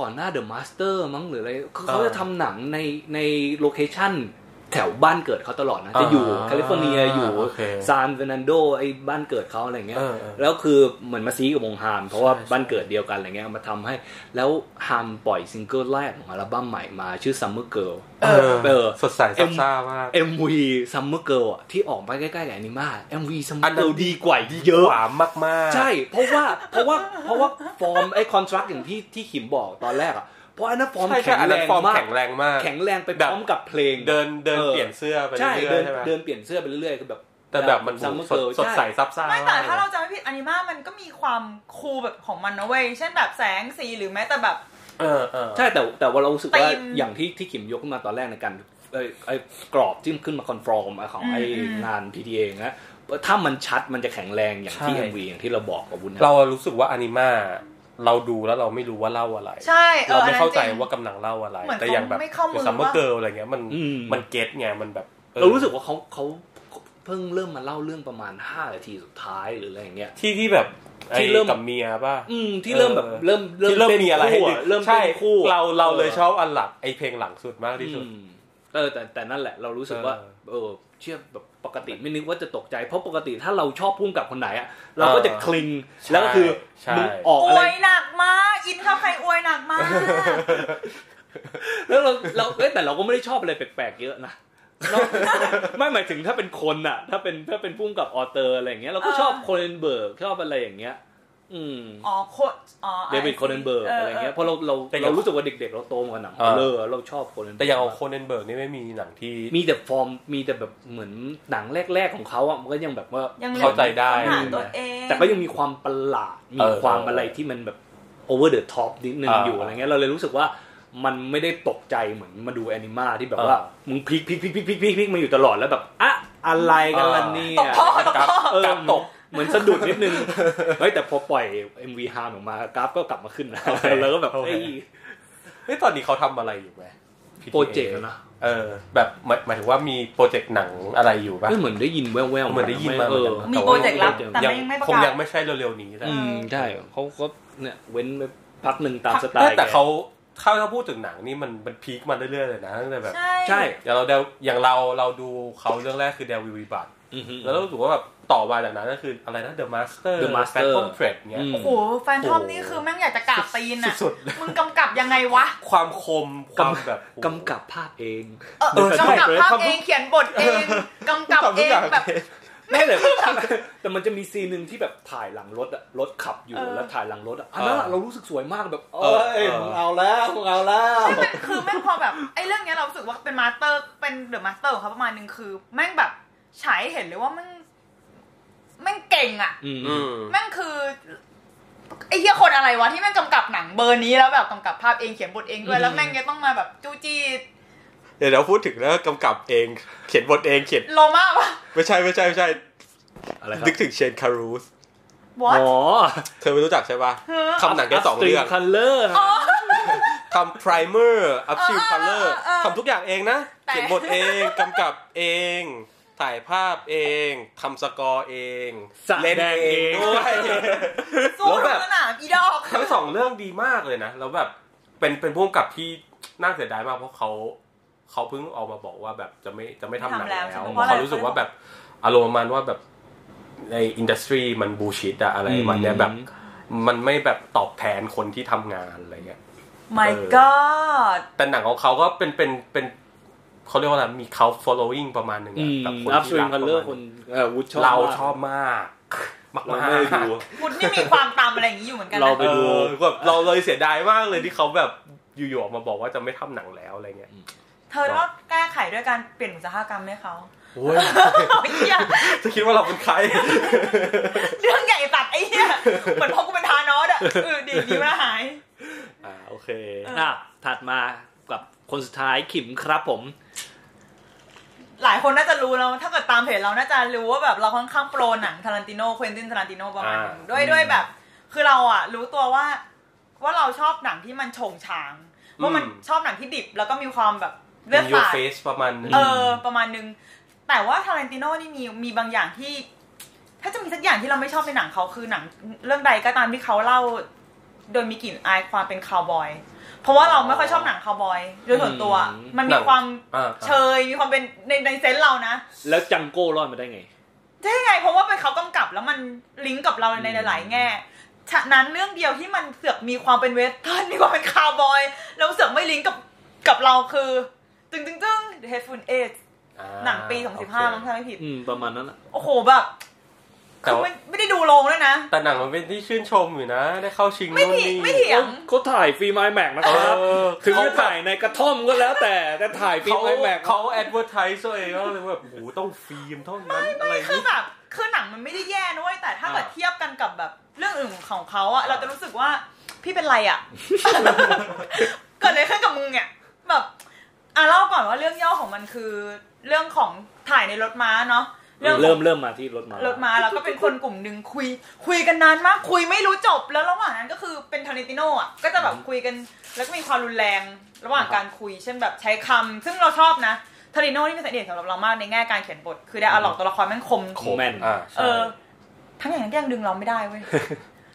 Speaker 2: ก่อนหน้า The Master มั้งหรืออะไรคือเขา
Speaker 3: เออ
Speaker 2: จะทำหนังในในโลเคชั่นแถวบ้านเกิดเขาตลอดนะ จะอยู่
Speaker 3: อ่า
Speaker 2: แคลิฟอร์เนียอยู่
Speaker 3: โอเค
Speaker 2: ซานเฟรนันโดไอ้บ้านเกิดเขาอะไรเงี้ย
Speaker 3: เออเออ
Speaker 2: แล้วคือเหมือนมาซีกับวงฮามเพราะว่า
Speaker 3: ใช่
Speaker 2: บ้านเกิดเดียวกันอะไรเงี้ยมาทำให้ แล้วฮามปล่อยซิงเกิลแรกของอัลบั้มใหม่มาชื่อ Summer Girl
Speaker 3: เออ
Speaker 2: เออ
Speaker 3: สดใสซับซ่ามาก
Speaker 2: เอ็มวีซัมเมอร์เกิลที่ออกมาใกล้ๆกับแอนิมาเอ็มวีซัมเมอ
Speaker 3: อัน
Speaker 2: ร์
Speaker 3: นั้
Speaker 2: เกิล
Speaker 3: น
Speaker 2: ดีกว่าเย
Speaker 3: ห
Speaker 2: อะ
Speaker 3: วานมากๆ
Speaker 2: ใช่ เพราะว่า เพราะว่า เพราะว่าฟอร์มไอ้คอนทรัคอย่างที่ที่ขิมบอกตอนแรกอ่ะ เพราะอันนั้นฟอร์ม
Speaker 3: ใช่
Speaker 2: แข็
Speaker 3: ใช่
Speaker 2: ง
Speaker 3: อัน
Speaker 2: แร
Speaker 3: นั้น
Speaker 2: ง
Speaker 3: ฟอร์ม
Speaker 2: มาก
Speaker 3: แข็งแรงมาก
Speaker 2: แข็งแรงไปพ
Speaker 3: แบบ
Speaker 2: ร้อมกับเพลง
Speaker 3: เดินเดิน
Speaker 2: เออ
Speaker 3: เปลี่ยนเสื้อไปเรื่
Speaker 2: ใช่ เดิ
Speaker 3: อย
Speaker 2: น
Speaker 3: ๆใช่ไหม
Speaker 2: เดินเปลี่ยนเสื้อไปเรื่อยๆก็แบบ
Speaker 3: แต่แบบมัน
Speaker 2: ซัมเมอร์
Speaker 3: สด
Speaker 2: เกิล
Speaker 3: สดใสซับซ่า
Speaker 1: ไม่แต่ถ้าเรา
Speaker 3: ก
Speaker 1: จำไม่ผิดอนิมามันก็มีความคูลแบบของมันนะเว้ย เช่นแบบแสงสีหรือแม้แต่แบบ
Speaker 3: เออเออ
Speaker 2: ใช่แต่แต่ว่าเรารู้สึกว่า
Speaker 1: ธีม
Speaker 2: อย่างที่ที่ขิมยกขึ้นมาตอนแรกในการเอ่อไอ้กรอบที่ขึ้นมาคอนฟอร์มของไอ้
Speaker 1: อืมอืม
Speaker 2: งาน PTA นะถ้ามันชัดมันจะแข็งแรงอย่างที่
Speaker 3: ใช่
Speaker 2: MV อย่างที่เราบอกกับวุ้นนะ
Speaker 3: เรารู้สึกว่าอนิมาเราดูแล้วเราไม่รู้ว่าเล่าอะไร
Speaker 1: ใช่เอ
Speaker 3: เรา
Speaker 1: ออั
Speaker 3: ไม่
Speaker 1: นนั้น
Speaker 3: เข้าใจ
Speaker 1: ริง
Speaker 3: ว่ากำลังเล่าอะไร
Speaker 1: เหมือน
Speaker 3: แต่อย่างแบบ
Speaker 1: เขาไม่เข้ามือ
Speaker 3: ซัมเมอร์
Speaker 1: ว่า
Speaker 3: เกิลอะไรเงี้ยมัน
Speaker 2: อืม
Speaker 3: มันเก็ตไงมันแบบออ
Speaker 2: เรารู้สึกว่าเขาเขาเพิ่งเริ่มมาเล่าเรื่องประมาณ5นาทีสุดท้ายหรืออะไรอย่างเงี้ย
Speaker 3: ที่ที่แบบ
Speaker 2: ที่
Speaker 3: ไอ้
Speaker 2: เริ่ม
Speaker 3: กับเมียป่ะ
Speaker 2: อืมที่เริ่มแบบ
Speaker 3: เออ
Speaker 2: เริ่ม
Speaker 3: ที่เริ่มมีอะไรให้
Speaker 2: เต้นคู่
Speaker 3: ดึง
Speaker 2: เริ่ม
Speaker 3: ใช่
Speaker 2: เต้นคู่
Speaker 3: เราเราเลยชอบอันหลักไอเพลงหลังสุดมากที่สุด
Speaker 2: อืมเออแต่แต่นั่นแหละเรารู้สึกว่า เออเชื่อแบบปกติไม่นึกว่าจะตกใจเพราะปกติถ้าเราชอบพุ่งกับคนไหนอะเราก็จะคลิง
Speaker 3: ใช่
Speaker 2: แล้วก็คือ
Speaker 3: ใช่
Speaker 2: มึงออก
Speaker 1: อ
Speaker 2: อะไร
Speaker 1: วยหนักมาก อินเข้าใครอวยหนักมาก
Speaker 2: แล้วเราเราเอ้ยแต่เราก็ไม่ได้ชอบอะไรแปลกๆเยอะนะ เราไม่หมายถึงถ้าเป็นคนอะถ้าเป็นถ้าเป็นพุ่งกับออเตอร์อะไรอย่างเงี้ยเราก็ชอบ
Speaker 1: เออ
Speaker 2: โคเรนเบิร์กชอบอะไรอย่างเงี้ย อืม
Speaker 1: อ๋อโคตรอ๋อ
Speaker 2: เดวิ
Speaker 1: I
Speaker 2: ด
Speaker 1: see
Speaker 2: โคเนนเบิร์กอะไรเงี้ยเพราะเราเรา
Speaker 3: แต่อย่าง
Speaker 2: เรารู้สึกว่าเด็กๆ เราโตมากับหนังฮ
Speaker 3: เอ
Speaker 2: อ
Speaker 3: อ
Speaker 2: ลเลอร์เราชอบโคเนน
Speaker 3: แต่อย่างของโคเนนเบิร์กนี่ไม่มีหนังที่
Speaker 2: มีแต่ฟอร์มมีแต่แบบเหมือนหนังแรก ๆ ของเขาอ่ะมันก็ยังแบบว่า
Speaker 1: ยัง
Speaker 3: เข้าใจได้
Speaker 1: หาตัวเอง
Speaker 2: แต่ก็ยังมีความประหลาด
Speaker 3: เอ
Speaker 2: มี
Speaker 3: อ
Speaker 2: ความอะไรที่มันแบบโอเวอร์เดอะท็อปนิดนึง
Speaker 3: อ่า
Speaker 2: อยู่อะไรเงี้ยเราเลยรู้สึกว่ามันไม่ได้ตกใจเหมือนมาดูแอนิมาที่แบบว่า
Speaker 3: เออ
Speaker 2: มึงพลิกพลิกพลิกพลิกพลิกพลิกพลิกมาอยู่ตลอดแล้วแบบอะอะไรกันล่ะเนี่ย
Speaker 1: ตกท่อตกท่อ
Speaker 2: เออก
Speaker 3: ราฟตก
Speaker 2: เหมือนสะดุดนิดนึงเฮ้ยแต่พอปล่อย MV ฮามออกมากราฟก็กลับมาขึ้นนะแล้วก็แบบ
Speaker 3: โอเค
Speaker 2: เอ้ย
Speaker 3: เฮ้ยตอนนี้เขาทำอะไรอยู่ไหม PTA
Speaker 2: โปรเจกต์อะนะ
Speaker 3: เออ แบบหมายหมายถึงว่ามีโปรเจกต์หนังอะไรอยู่ป่ะ
Speaker 2: ก็เหมือนได้ยินแว่วๆ
Speaker 3: เหมือนได้ยินมา
Speaker 2: เออ
Speaker 3: เหอนกัน
Speaker 1: มี
Speaker 3: นะ
Speaker 1: โปรเจกต์ลับ
Speaker 3: ว่า
Speaker 1: แต่ไม่ไม่ประกาศ
Speaker 3: คงยังไม่ใช่เร็วๆนี้แหละ
Speaker 2: อืมใช่เขาก็เนี่ยเว้นไปพักหนึ่งตามสไต
Speaker 3: แต่
Speaker 2: ล์
Speaker 3: แต่เขาถ้าถ้าพูดถึงหนังนี่มันมันพีคมาเรื่อยๆเลยนะตั้งแต่แบบ
Speaker 1: ใช่
Speaker 2: ใช่
Speaker 3: อย่างเราเดาอย่างเราเราดูเขาเรื่องแรกคือเดวิลวิบัต
Speaker 2: อือฮึ
Speaker 3: แล้วรู้สึกว่าแบบต่อมาจากนั้นก็คืออะไรนะ The Master
Speaker 2: The Master
Speaker 3: Phantom Thread เนี่ย
Speaker 2: อืม
Speaker 1: โอ้โหแฟนทอมนี่คือแม่งอยากจะกราบตีนอ่ะ
Speaker 3: สุดๆเลย
Speaker 1: มึงกำกับยังไงวะ
Speaker 3: ความคม ความแบบโอ้โห
Speaker 2: กำกับภาพเอง
Speaker 1: เออ
Speaker 2: เออใช่
Speaker 1: กำกับภาพ
Speaker 2: ทำทุก
Speaker 1: เองเขียนบทเองกำกับเองแบบ
Speaker 2: ไม่เลยแต่มันจะมีซีนหนึ่งที่แบบถ่ายหลังรถอะรถขับอยู่
Speaker 1: เออ
Speaker 2: แล้วถ่ายหลังรถอะอันนั้นอะ
Speaker 3: เออ
Speaker 2: เรารู้สึกสวยมากแบบ
Speaker 3: เออ
Speaker 2: เอ้ย
Speaker 3: เออ
Speaker 2: มึงเอาแล้วมึงเอาแล้ว
Speaker 1: คือแม่งพอแบบไอ้เรื่องเนี้ยเรารู้สึกว่าเป็นมาสเตอร์เป็นเดอะมาสเตอร์ของเขาประมาณหนึ่งคือ แม่งแบบฉายให้เห็นเลยว่าแม่งแม่งเก่งอ่ะ
Speaker 2: อืม
Speaker 3: อืม
Speaker 1: แม่งคือไอ้เหี้ยคนอะไรวะที่แม่งกำกับหนังเบอร์นี้แล้วแบบกำกับภาพเองเขียนบทเองด้วยแล้วแม่งยังต้องมาแบบจู้จี้
Speaker 3: เดี๋ยวเราพูดถึงแล้วกำกับเอง เขียนบทเองเขียน
Speaker 1: โลมาปะ
Speaker 3: ไม่ใช่ไม่ใช่ไม่ใช่
Speaker 2: อะไรครับ
Speaker 3: นึกถึงเชนคารูส
Speaker 1: what
Speaker 2: อ๋อ
Speaker 3: เธอไม่รู้จักใช่ปะ
Speaker 1: เออ
Speaker 3: ทำหนังแค่สองเรื่อง
Speaker 2: คัลเลอร์
Speaker 3: ทำ primer up s h i e l color
Speaker 1: เออเออเออ
Speaker 3: ทำทุกอย่างเองนะ
Speaker 1: แต่
Speaker 3: เขียนบทเอง กำกับเอง ถ่ายภาพเอง ทำสกอร์เอง
Speaker 2: แสดง
Speaker 3: เล่นเอง
Speaker 2: เอง
Speaker 3: ด้วย
Speaker 1: สู้
Speaker 3: แล้ว
Speaker 1: กั
Speaker 3: แบบ บ
Speaker 1: สนามอีดอก
Speaker 3: ทั้งสองเรื่องดีมากเลยนะ แล้วแบบ เป็นเป็นพ่วงกับที่น่าเสียดายมากเพราะเขา เขาเพิ่งออกมาบอกว่าแบบจะไม่จะไม่ทำหนัง
Speaker 1: ไม่ทำแล้
Speaker 3: แล้ว ว
Speaker 1: ใช่ไหม
Speaker 3: เพ
Speaker 1: เพราะ
Speaker 3: ราะ
Speaker 1: อะไร
Speaker 3: เขารู้สึกว่าแบบอารมณ์ประมันว่าแบบในอินดัสทรีมันบูชิดอะอะไรประมันเนี้ยแบบ มันไม่แบบตอบแทนคนที่ทำงานอะไรเงี้ย
Speaker 1: my
Speaker 3: เออ
Speaker 1: god
Speaker 3: แต่หนังของเขาก็เป็นเป็นเป็นเขาเรียกว่าอะไรมีเขา following ประมาณหนึ่ง
Speaker 2: อื
Speaker 3: อะ
Speaker 2: ม
Speaker 3: แบบคน
Speaker 2: อัพส
Speaker 3: ที่
Speaker 2: วิ
Speaker 3: รั
Speaker 2: ง
Speaker 3: ก
Speaker 2: คัลเลอร์คนเออวุฒชอบ
Speaker 3: เรา
Speaker 2: มก
Speaker 3: ชอบมาก มาก
Speaker 2: เรา
Speaker 3: มาก
Speaker 2: ไม่ได้ดู
Speaker 1: คุณนี่มีความตามอะไรอย่างนี้อยู่เหมือนกันนะ
Speaker 2: เรา
Speaker 3: เอ
Speaker 2: ไป ดู
Speaker 3: อแบบเราเลยเสียดายมากเลยที่เขาแบบอยู่ๆออกมาบอกว่าจะไม่ทำหนังแล้วอะไรเงี้ย
Speaker 1: เธอต้องแก้ไขด้วยการเปลี่ยนอุตสาหกรรมให้เขา
Speaker 3: โอ้ย
Speaker 1: ไอ้เหี้ย
Speaker 3: จะคิดว่าเราเป็นใค ร
Speaker 1: เรื่องใหญ่ตัดไอ้เหี้ยเหมือนพ่อกูเป็นทานอสอ่ะเออดีดีมาหาย
Speaker 3: อ่าโอเค
Speaker 2: อ่ะถัดมากับคนสุดท้ายขิมครับผม
Speaker 1: หลายคนน่าจะรู้แล้ว ถ้าเกิดตามเพจเราน่าจะรู้ว่าแบบเราค่อนข้างโปรหนังทารันติโนเควินตินทารันติโนประมาณหนึง
Speaker 3: อ่า
Speaker 1: ด้วยด้วยแบบ คือเราอ่ะ รู้ตัวว่า ว่าเราชอบหนังที่มันโฉงฉางว่ามันชอบหนังที่ดิบ แล้วก็มีความแบบเลือด
Speaker 3: เป็น your
Speaker 1: สาด
Speaker 3: face ประมาณหนึง
Speaker 1: เออ ประมาณนึง แต่ว่าทารันติโน่นี่มีมีบางอย่างที่ ถ้าจะมีสักอย่างที่เราไม่ชอบในหนังเขาคือหนังเรื่องใดก็ตามที่เขาเล่า โดยมีกลิ่นอายความเป็นคาวบอย เพราะว่าเราไม่ค่อยชอบหนังคาวบอยโดยส่วนตัว
Speaker 2: อืม
Speaker 1: มัน
Speaker 3: หนั
Speaker 1: มี
Speaker 3: ง
Speaker 1: ความ
Speaker 3: อ่า
Speaker 1: เชยมีความเป็นในในเซนส์เรานะ
Speaker 2: แล้วจังโก้รอดมาได้ไง
Speaker 1: ใช่ไง เพราะว่าเป็นเขากำกับแล้วมันลิงก์กับเราในหลาย ๆ แง่ฉะนั้นเรื่องเดียวที่มันเสือกมีความเป็นเวสเทิร์นมีความเป็นคาวบอยแล้วเสือกไม่ลิงก์กับกับเราคือจึงจึงจึง The Hateful Eight
Speaker 3: อ่า
Speaker 1: หนังปี
Speaker 3: โอเค
Speaker 1: 2015มั้งถ้าไม่ผิด
Speaker 2: อืม ประมาณนั้นแหละ
Speaker 1: โอ้โหแบบ
Speaker 3: แต่
Speaker 1: คือ
Speaker 3: ว่า
Speaker 1: ไม่ไม่ได้ดูโรงด้วยนะ
Speaker 3: แต่หนังมันเป็นที่ชื่นชมอยู่นะ ได้เข้าชิง
Speaker 1: ไม่
Speaker 3: นู่น
Speaker 1: ผิด
Speaker 3: นี่
Speaker 1: ไม่เถียง
Speaker 2: เขาถ่ายฟิล์มไอแม็กนะ
Speaker 3: เอ
Speaker 2: ครับ
Speaker 3: อ
Speaker 2: ถึงจะถ่ายในกระท่อมก็แล้วแต่แต่ถ่ายฟิล์ม
Speaker 3: เขา
Speaker 2: ไอแม็ก
Speaker 3: เขาแอดเวอร์ทายตัวเองว่าเลยแบบโอ้โหต้องฟิล์มเท่านั้นอะไรอย่าง
Speaker 1: คือ
Speaker 3: นี้
Speaker 1: แบบคือหนังมันไม่ได้แย่นะเว้ยแต่ถ้าเกิด
Speaker 3: อ่า
Speaker 1: เทียบกันกับแบบเรื่องอื่นของเขาอะเราจะรู้สึกว่าพี่เป็นไรอะ เกิดอะไรขึ้นกับมึงเนี่ยแบบอ่ะเล่าก่อนว่าเรื่องย่อของมันคือ เรื่องของถ่ายในรถม้าเนาะเรื่องของ
Speaker 2: เริ่มเริ่มมาที่รถมา
Speaker 1: รถมาแล้วก็เป็นคนกลุ่มหนึ่งคุย คุยกันนานมากคุยไม่รู้จบแล้วระหว่างนั้นก็คือเป็นทาริติโนอ่ะก็จะแบบคุยกันแล้วก็มีความรุนแรง ระหว่างการคุยเช่นแบบใช้คำซึ่งเราชอบนะทาริโนนี่เป็นสายเด่นสำหรับเรามากในแง่การเขียนบท คือได้อาหลอกตัวละครแม่งคม
Speaker 2: คม แน
Speaker 3: อ่า
Speaker 1: เอ
Speaker 3: ใช่
Speaker 1: อ ทั้งอย่างนั้นก็ยังดึงเราไม่ได้เว้ย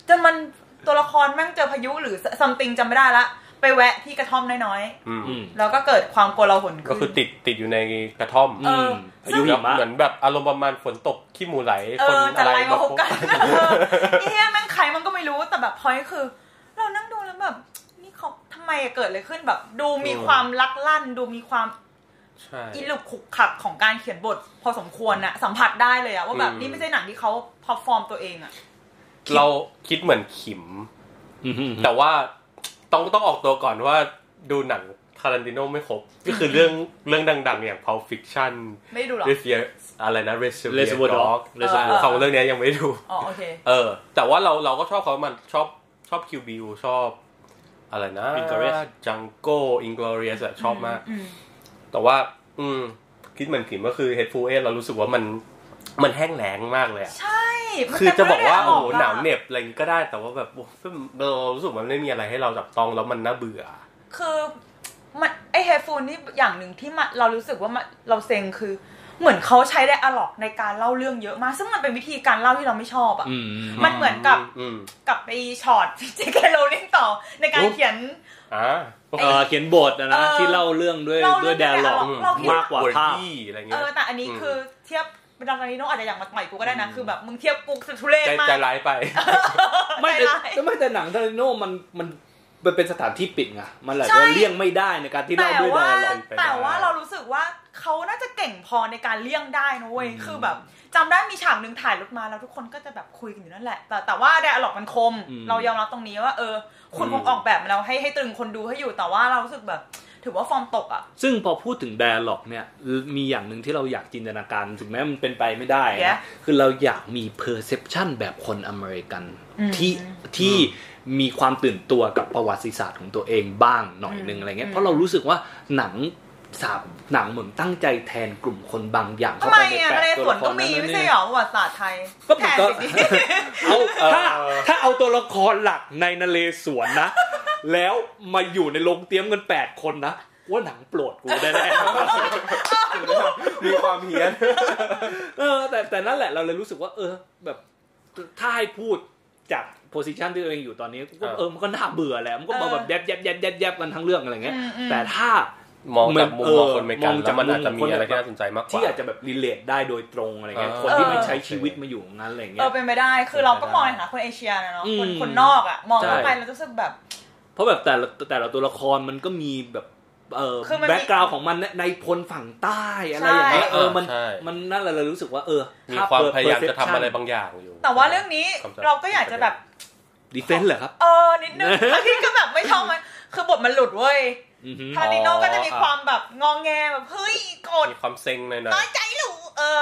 Speaker 1: จนมันตัวละครแม่งเจอพายุหรือซัมติงจำไม่ได้ละไปแวะที่กระท่อมน้อย
Speaker 3: อืม
Speaker 2: อืม
Speaker 1: ๆแล้วก็เกิดความโกลาหล
Speaker 3: ก็คื
Speaker 1: ขึ้
Speaker 3: อน ติดติดอยู่ในกระท่อม
Speaker 1: เออ
Speaker 2: มอายุหิมะ
Speaker 3: เหมือนแบบอารมณ์ประมาณฝนตกขี้หมูไหล
Speaker 1: เอ
Speaker 3: คน
Speaker 1: อจะ
Speaker 3: อะ
Speaker 1: ไล
Speaker 3: ไร
Speaker 1: น์มาพบกัน
Speaker 3: น
Speaker 1: เออไอ้เฮียแม่งใครมันก็ไม่รู้แต่แบบพอยคือ เรานั่งดูแล้วแบบ นี่เขาทำไมเกิดอะไรขึ้นแบบ ดูมีความลักลั่น ดูมีความ
Speaker 3: ใช่
Speaker 1: อิลุกขุกขักของการเขียนบท พอสมควรนะสัมผัสได้เลยอะว่าแบบ
Speaker 3: อืม
Speaker 1: นี่ไม่ใช่หนังที่เขาพอฟอร์มตัวเองอะ
Speaker 3: เราคิดเหมือนขิม
Speaker 2: อืมอืม
Speaker 3: แต่ว่าต้องต้องออกตัวก่อนว่าดูหนังทารันติโนไม่ครบ ก็คือเรื่อง เรื่องดัง ๆ อย่าง Pulp Fiction
Speaker 1: ไม่ได้ดูหรอ
Speaker 3: r e s e r อะไรนะ
Speaker 2: เล
Speaker 3: Reservoir
Speaker 2: สเวอร์ด็อก
Speaker 3: Dog
Speaker 2: เลสเวอร์
Speaker 1: เออ
Speaker 3: สองเรื่องเนี้ยยังไม่ได้ดู
Speaker 1: อ๋อโอเค
Speaker 3: เออ แต่ว่าเราเราก็ชอบเขามันชอบชอบคิวบิวชอบ อะไรนะ
Speaker 2: Inglorious
Speaker 3: จังโก้อิงกลอเรียสชอบมาก
Speaker 1: อืม
Speaker 3: แต่ว่า อืม คิดเหมือนขิมก็คือเฮดฟูเอเรารู้สึกว่ามันมันแห้งแล้งมากเลยอะ
Speaker 1: ใช่มัน
Speaker 3: คือจะบอกว่า
Speaker 1: เต็มไปด้ยะ
Speaker 3: โอ้โหหนาว
Speaker 1: ะ
Speaker 3: เหน็บอะไรอย่างงี้ก็ได้แต่ว่าแบบโอ้เรารู้สึกมันไม่มีอะไรให้เราจับต้องแล้วมันน่าเบื่อ
Speaker 1: คือมันไอเฮฟูนี่อย่างหนึ่งที่มันเรารู้สึกว่ามันเราเซ็งคือ เหมือนเขาใช้ไดอะล็อกในการเล่าเรื่องเยอะมาก ซึ่งมันเป็นวิธีการเล่าที่เราไม่ชอบอะ
Speaker 2: อืม
Speaker 1: มันเหมือนกับ
Speaker 3: อืม
Speaker 1: กับไปช็อตเจคโรลลิงต่อในการเขียน
Speaker 3: อ่า
Speaker 2: เออเขียนบทนะนะ
Speaker 1: เออ
Speaker 2: ที่เล่าเรื่องด้วย
Speaker 1: เล่าเรื่
Speaker 2: ด้ว
Speaker 1: อย ง
Speaker 2: แดร์ล็อก
Speaker 1: dialogue เราคิดว่า
Speaker 2: มากกว่าภาพ
Speaker 3: อะไรเงี้
Speaker 1: เอย อแต่อันนี้
Speaker 3: อืม
Speaker 1: คือเทียบเป็นดังนี้น้องอาจจะอยากมาต่อยกูก็ได้นะ คือแบบมึงเทียบกูสุดทุเรศ
Speaker 3: ใจ
Speaker 1: มาก
Speaker 3: ใจร้ายไป
Speaker 2: ไม่
Speaker 1: ใจ
Speaker 2: แต่
Speaker 1: ร้าย
Speaker 2: แต่ไม่แต่หนังทาริโนมันมันมันเป็นสถานที่ปิดไงมันหลาย
Speaker 1: ใช่
Speaker 2: จะเลี่ยงไม่ได้ในการที่เล่า
Speaker 1: แต่
Speaker 2: ด้วย
Speaker 1: ว่า
Speaker 2: แดร์ล็อก
Speaker 3: ไปได้
Speaker 1: แต่ว่าเรารู้สึกว่าเขาน่าจะเก่งพอในการเลี่ยงได้นะเว้ยคือแบบจำได้มีฉากหนึ่งถ่ายรถมาแล้วทุกคนก็จะแบบคุยกันอยู่นั่นแหละ แต่แต่ว่าไดอะล็อกมันคม เรายอมรับตรงนี้ว่า เออ คุณคงออกแบบมาแล้วให้ให้ตรึงคนดูให้อยู่แต่ว่าเรารู้สึกแบบ ถือว่าฟอร์มตกอ่ะ
Speaker 2: ซึ่งพอพูดถึงแดร์ล็อกเนี่ยมีอย่างหนึ่งที่เราอยากจินตนาการถึงแม้มันเป็นไปไม่ได้
Speaker 1: Yeah
Speaker 2: นะคือเราอยากมีเพอร์เซพชันแบบคนอเมริกัน
Speaker 1: อืม
Speaker 2: ที่ที่มีความตื่นตัวกับประวัติศาสตร์ของตัวเองบ้างหน่อยหนึ่งอะไรเงี้ยเพราะเรารู้สึกว่าหนัง สาบหนังเหมือนตั้งใจแทนกลุ่มคนบางอย่าง
Speaker 1: ทำ
Speaker 2: เข้า
Speaker 1: ไม
Speaker 2: ไปใน
Speaker 1: อ่ะ
Speaker 2: แป
Speaker 1: ทะเล
Speaker 2: ด
Speaker 1: ส
Speaker 2: ตั
Speaker 1: ว
Speaker 2: ว
Speaker 1: น
Speaker 2: ละค
Speaker 1: ก็
Speaker 2: ร
Speaker 1: มี
Speaker 2: นั้น
Speaker 1: ไม่
Speaker 2: นั่น
Speaker 1: ใช่
Speaker 2: นี่
Speaker 1: หรอประวัติศาสตร์ไทย
Speaker 2: ก็ผม
Speaker 1: แทน
Speaker 2: ก็
Speaker 1: สิ่งนี้
Speaker 2: เอา
Speaker 3: เออ
Speaker 2: ถ้าถ้าเอาตัวละครหลักในนเลสวนนะ แล้วมาอยู่ในโรงเตรียมกันแปดคนนะว่าหนังโปรดกูแน่
Speaker 3: มีความเฮี้ยน
Speaker 2: ๆเออแต่แต่นั่นแหละเราเลยรู้สึกว่า เออ แบบถ้าให้พูดจากโพสิชันที่ตัวเองอยู่ตอนนี้ก็
Speaker 3: เออ
Speaker 2: เออมันก็น่าเบื่อแหละมันก็มา
Speaker 1: เออ
Speaker 2: แบบแยบแยบแยบแยบแยบกันทั้งเรื่องอะไรเงี้ย
Speaker 1: อืมอืม
Speaker 2: แต่ถ้า
Speaker 3: มองจากมุมมองคนอเมริกัน
Speaker 2: เออ
Speaker 3: แล้วมันอาจจะมี
Speaker 2: มองจากมุม
Speaker 3: อะไรที่น่าสนใจมากกว่า
Speaker 2: ที่อาจจะแบบรีเลทได้โดยตรงอะไรเงี้ย
Speaker 3: อ่า
Speaker 2: คนที่ไม่ใช้
Speaker 1: เออ
Speaker 2: ชีวิตมาอยู่ตรงนั้นอะไร
Speaker 1: เอ
Speaker 2: เงี้
Speaker 1: อย เป็นไปได้คือเราก็มองในฐานะคนเอเชียนะเนาะคน
Speaker 2: อืม
Speaker 1: คนนอกอ่ะมองเข้าไป
Speaker 2: ใช่
Speaker 1: แล้วรู้สึกแบบ
Speaker 2: เพราะแบบแต่ละแต่ละตัวละครมันก็มีแบบเออ
Speaker 1: คือมันมี
Speaker 2: แบ็กกราวของมันในในพลฝั่งใต้อะไรอย่างเงี้ย
Speaker 1: ใช่
Speaker 2: เออมัน
Speaker 3: ใช่
Speaker 2: มันนั่นแหละเรารู้สึกว่าเออ
Speaker 3: มีความพยายามจะทำอะไรบางอย่างอยู่
Speaker 1: แต่ว่าเรื่องนี้
Speaker 3: ความจำ
Speaker 1: เราก็อยากจะแบบ
Speaker 2: ดีเฟนส์เหรอครับ
Speaker 1: เออนิดนึง บางทีก็แบบไม่ชอบมันคือบทมันหลุดเว้ย
Speaker 2: อือฮึ
Speaker 1: ทาริโน
Speaker 3: อ๋อ
Speaker 1: ก็จะมีความแบบงองแงแบบเฮ้ยโกรธ
Speaker 3: มีความเซ็งหน่อย
Speaker 1: น้อยใจหรูเออ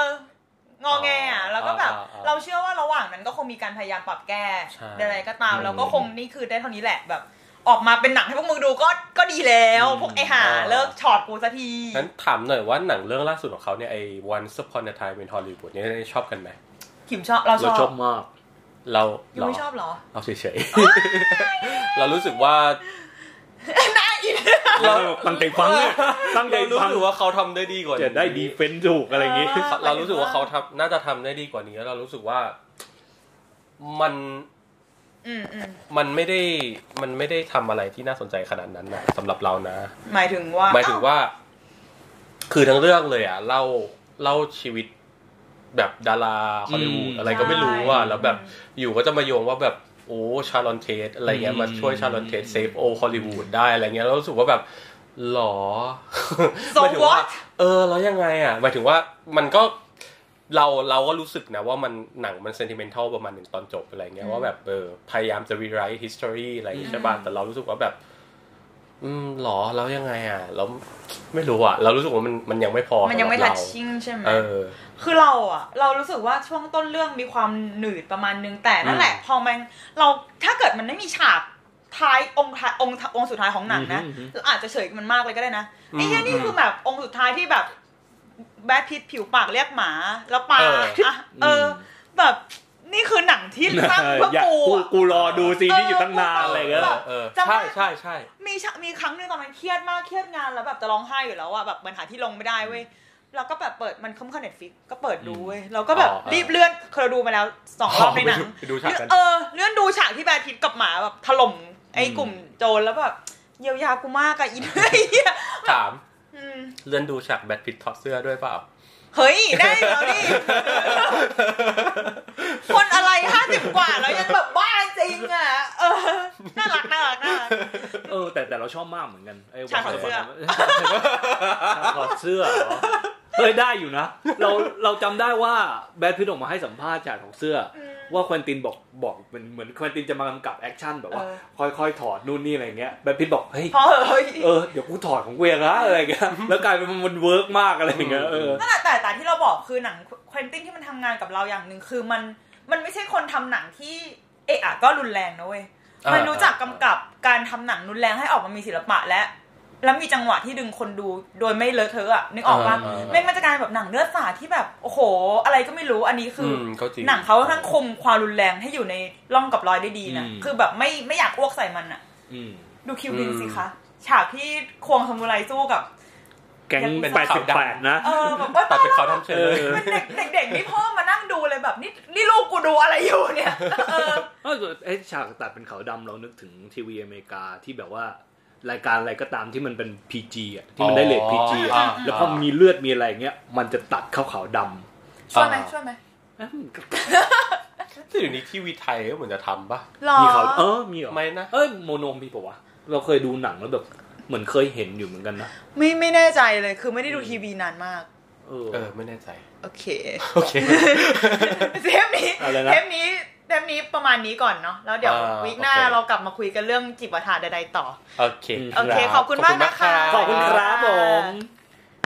Speaker 1: งอแงอ่ะแล้วก็แบบ
Speaker 3: อ๋ออ๋ออ๋อ
Speaker 1: เราเชื่อว่าระหว่างนั้นก็คงมีการพยายามปรับแก้
Speaker 3: ใช่
Speaker 1: ใดๆก็ตาม
Speaker 3: อืม
Speaker 1: แล้วก็คงนี่คือได้เท่านี้แหละแบบ ออกมาเป็นหนังให้พวกมึงดูก็ก็ดีแล้วพวกไอ้ห่า
Speaker 3: อ่า
Speaker 1: เลิกช็อตกูสักที
Speaker 3: ๆงั้นถามหน่อยว่าหนังเรื่องล่าสุดของเขาเนี่ยไอ้ Once Upon a Time in Hollywood เนี่ยชอบกันไหม
Speaker 1: ขิมชอบเราช
Speaker 2: เราช
Speaker 1: อ
Speaker 2: อ
Speaker 1: บบ
Speaker 2: มาก
Speaker 3: เรา
Speaker 1: ยูไม่ชอบเหรอ
Speaker 3: เราเฉยๆ เรารู้สึกว่า
Speaker 1: น่าอิน
Speaker 3: เรา
Speaker 2: ตั้งใจฟังเลยตั้งใจ
Speaker 3: เรารู้
Speaker 2: ฟัง
Speaker 3: สึกว่าเขาทำได้ดีกว่านี้
Speaker 2: จะได้ดีเฟนส์ถูกอะไรอย่างงี้
Speaker 3: เขาเรารู้สึกว่าเขาทำน่าจะทำได้ดีกว่านี้ เรารู้สึกว่ามัน
Speaker 1: อืมอืม
Speaker 3: มันไม่ได้มันไม่ได้ทำอะไรที่น่าสนใจขนาดนั้นนะสำหรับเรานะ
Speaker 1: หมายถึงว่า
Speaker 3: หมายถึงว่า คือทั้งเรื่องเลยอ่ะเล่าเล่าชีวิตแบบดาราฮอลลีวูด
Speaker 2: อืม
Speaker 3: อะไรก็ไม่รู้อ่ะแล้วแบบอยู่ก็จะมาโยงว่าแบบโอ้ชาลอนเทสอะไรเงี้ย
Speaker 2: อืม
Speaker 3: มาช่วยชาลอนเทสเซฟโอฮอลลีวูดได้อะไรเงี้ยแล้วรู้สึกว่าแบบหรอ
Speaker 1: โซ
Speaker 3: หมายถึง
Speaker 1: วอ
Speaker 3: ว่า
Speaker 1: ต
Speaker 3: เออแล้วยังไงอ่ะหมายถึงว่ามันก็เราเราก็รู้สึกนะว่ามันหนังมันเซนติเมนทัลประมาณหนึ่งตอนจบอะไรเงี้ยว่าแบบเออพยายามจะรีไรท์ฮิสตอรีอะไรอย่างเงี้ยใช่ป่ะแต่เรารู้สึกว่าแบบ อืมหรอแล้วยังไงอ่ะเราไม่รู้อ่ะ เรารู้สึกว่ามันมันยังไม่พอ
Speaker 1: มันยังไม่
Speaker 3: สำห
Speaker 1: ทั
Speaker 3: รับ
Speaker 1: ช
Speaker 3: เรา
Speaker 1: ชิ่งใช่ไหม
Speaker 3: เออ
Speaker 1: คือเราอะเรารู้สึกว่าช่วงต้นเรื่องมีความหนืดประมาณนึงแต่นั่นแหละ
Speaker 3: อืม
Speaker 1: พอมันเราถ้าเกิดมันไม่มีฉากท้ายองค์ท้ายองค์องค์สุดท้ายของหนังนะ
Speaker 2: อือฮึอือฮึ
Speaker 1: เราอาจจะเฉยกับมันมากเลยก็ได้นะไอ้เนี่ยนี่คือแบบองค์สุดท้ายที่แบบแบทพิทผิวปากเรียกหมา แล้วปลาอ่ะเออ แบบนี่คือหนังที่สร้างเพื่อ
Speaker 2: อยาก
Speaker 1: กู
Speaker 2: กู
Speaker 1: อะ
Speaker 2: กูรอดูซีนที่อยู่ตั้งนานอะไรเงี้ย
Speaker 3: เออเออ
Speaker 1: จำได้
Speaker 3: ใช่ใช่ใช่
Speaker 1: มีฉะมีครั้งหนึ่งตอนนั้นเครียดมากเครียดงานแล้วแบบจะร้องไห้อยู่แล้วอะแบบมันหาที่ลงไม่ได้เว้ยเราก็แบบเปิดมันคุ้มค่าเน็ตฟิกก็เปิดดูเว้ยเราก็แบบ
Speaker 3: อ๋อเออ
Speaker 1: รีบเลื่อนคือเราดูมาแล้วสองรอบ
Speaker 3: อ๋อ
Speaker 1: ในหนัง
Speaker 3: ไปดูฉากนั้น
Speaker 1: เออเลื่อนดูฉากที่แบทพิทกับหมาแบบถล่มไอ้กลุ่มโจรแล้วแบบเยียวยากูมากอะอี เหี้ย
Speaker 3: ถาม
Speaker 1: อืม
Speaker 3: เลื่อนดูฉากแบทพิทถอดเสื้อด้วยเปล่า
Speaker 1: เฮ้ยได้แล้ว นี่ คนอะไรห้าสิบกว่าแล้วยังแบบบ้าจริงอะเออน่ารักน่ารักน่ารัก
Speaker 2: เออแต่แต่เราชอบมากเหมือนกันไอ้
Speaker 1: ฉากถอดเสื้อ
Speaker 2: ฉ ากถอดเสื้อเหรอเฮ้ยได้อยู่นะ เราเราจำได้ว่าแบทพิทออกมาให้สัมภาษณ์ฉากถอดเสื้ออว่าควินตินบอกบอกเหมือนเหมือนควินตินจะมากำกับแอคชั่นแบบว่าค่อยๆถอดนู่นนี่อะไรเงี้ยแบทพิทบอกเฮ้ย
Speaker 1: พอเหอะเฮ้ย
Speaker 2: เออเดี๋ยวกูถอดของเวียนะอะไรเงี้ยแล้วกลายเป็นมันเวิร์กมากอะไรเงี้ยเออ
Speaker 1: นั่นแหละแต่แต่ที่เราบอกคือหนังควินตินที่มันทำงานกับเราอย่างหนึ่งคือมันมันไม่ใช่คนทำหนังที่เอะอะก็รุนแรงนะเว้ย
Speaker 3: อ่ามั
Speaker 1: มันรู้จักกำกับการทำหนังรุนแรงให้ออกมามีศิลปะและ แล้วมีจังหวะที่ดึงคนดูโดยไม่เลอะเทอะอะนึกออกปะ
Speaker 3: อ่าอ่าอ่า
Speaker 1: ไม่งมันจะกลายเป็นแบบหนังเลือดสาดที่แบบโอ้โห อะไรก็ไม่รู้อันนี้คือ
Speaker 3: อื
Speaker 1: อ
Speaker 3: มก็จริง
Speaker 1: หนังเขาทั้งคุมความรุนแรงให้อยู่ในร่องกับรอยได้ดีนะ
Speaker 2: อืม
Speaker 1: คือแบบไม่ไม่อยากอ้วกใส่มันอะ
Speaker 2: อืม
Speaker 1: ดูคิวบิน
Speaker 3: อืม
Speaker 1: สิคะฉากที่ควงทำอะไรสู้กับ
Speaker 2: แก๊ง
Speaker 1: ยังเป็น
Speaker 2: แปดสิบแปดนะ
Speaker 1: เออแบบว่า
Speaker 3: ตัดเป็นเขาวทำเฉยเลย
Speaker 2: เออ
Speaker 1: เป็นเด็กเด็กๆนี่พ่อมานั่งดูเลยแบบนี่นี่ลูกกูดูอะไรอยู่เนี่ยเออ
Speaker 2: เอ้ยไอ้ฉากตัดเป็นขาวดำเรานึกถึงทีวีอเมริกาที่แบบว่ารายการอะไรก็ตามที่มันเป็น PG อ่ะที่มันได้เลท PG
Speaker 3: อ๋อ
Speaker 2: อ่ะ
Speaker 3: อ่า
Speaker 2: แล้วพอมีเลือดมีอะไรอย่างเงี้ยมันจะตัดเข้าขาวด
Speaker 1: ช่วยไหม
Speaker 3: อ่า
Speaker 1: ช่วยไหม
Speaker 2: ำ
Speaker 3: แต่เดี๋ยวนี้ทีวีไทยก็เหมือนจะทำป่ะ
Speaker 1: หรอ
Speaker 2: มีขาวเออมีเหรอ
Speaker 3: ไม่นะ
Speaker 2: เอ้ยโมโนมีปะวะเราเคยดูหนังแล้วแบบเหมือนเคยเห็นอยู่เหมือนกันนะ
Speaker 1: ไม่ไม่แน่ใจเลยคือไม่ได้ดูทีวีนานมาก
Speaker 2: เออ
Speaker 3: เออไม่แน่ใจ
Speaker 1: โอเค
Speaker 3: โอเค
Speaker 1: เทปนี้
Speaker 2: อะไรนะ
Speaker 1: เทปนี้เทปนี้ประมาณนี้ก่อนเนาะแล้วเดี๋ยว
Speaker 3: อ่า
Speaker 1: วิกหน้า
Speaker 3: โอเค
Speaker 1: เรากลับมาคุยกันเรื่องจิบวัฏาใดๆต่อ
Speaker 3: โอเค
Speaker 1: โอเค
Speaker 3: รั
Speaker 1: ขอบคุณมากนะคะ
Speaker 2: ขอบคุณครับผม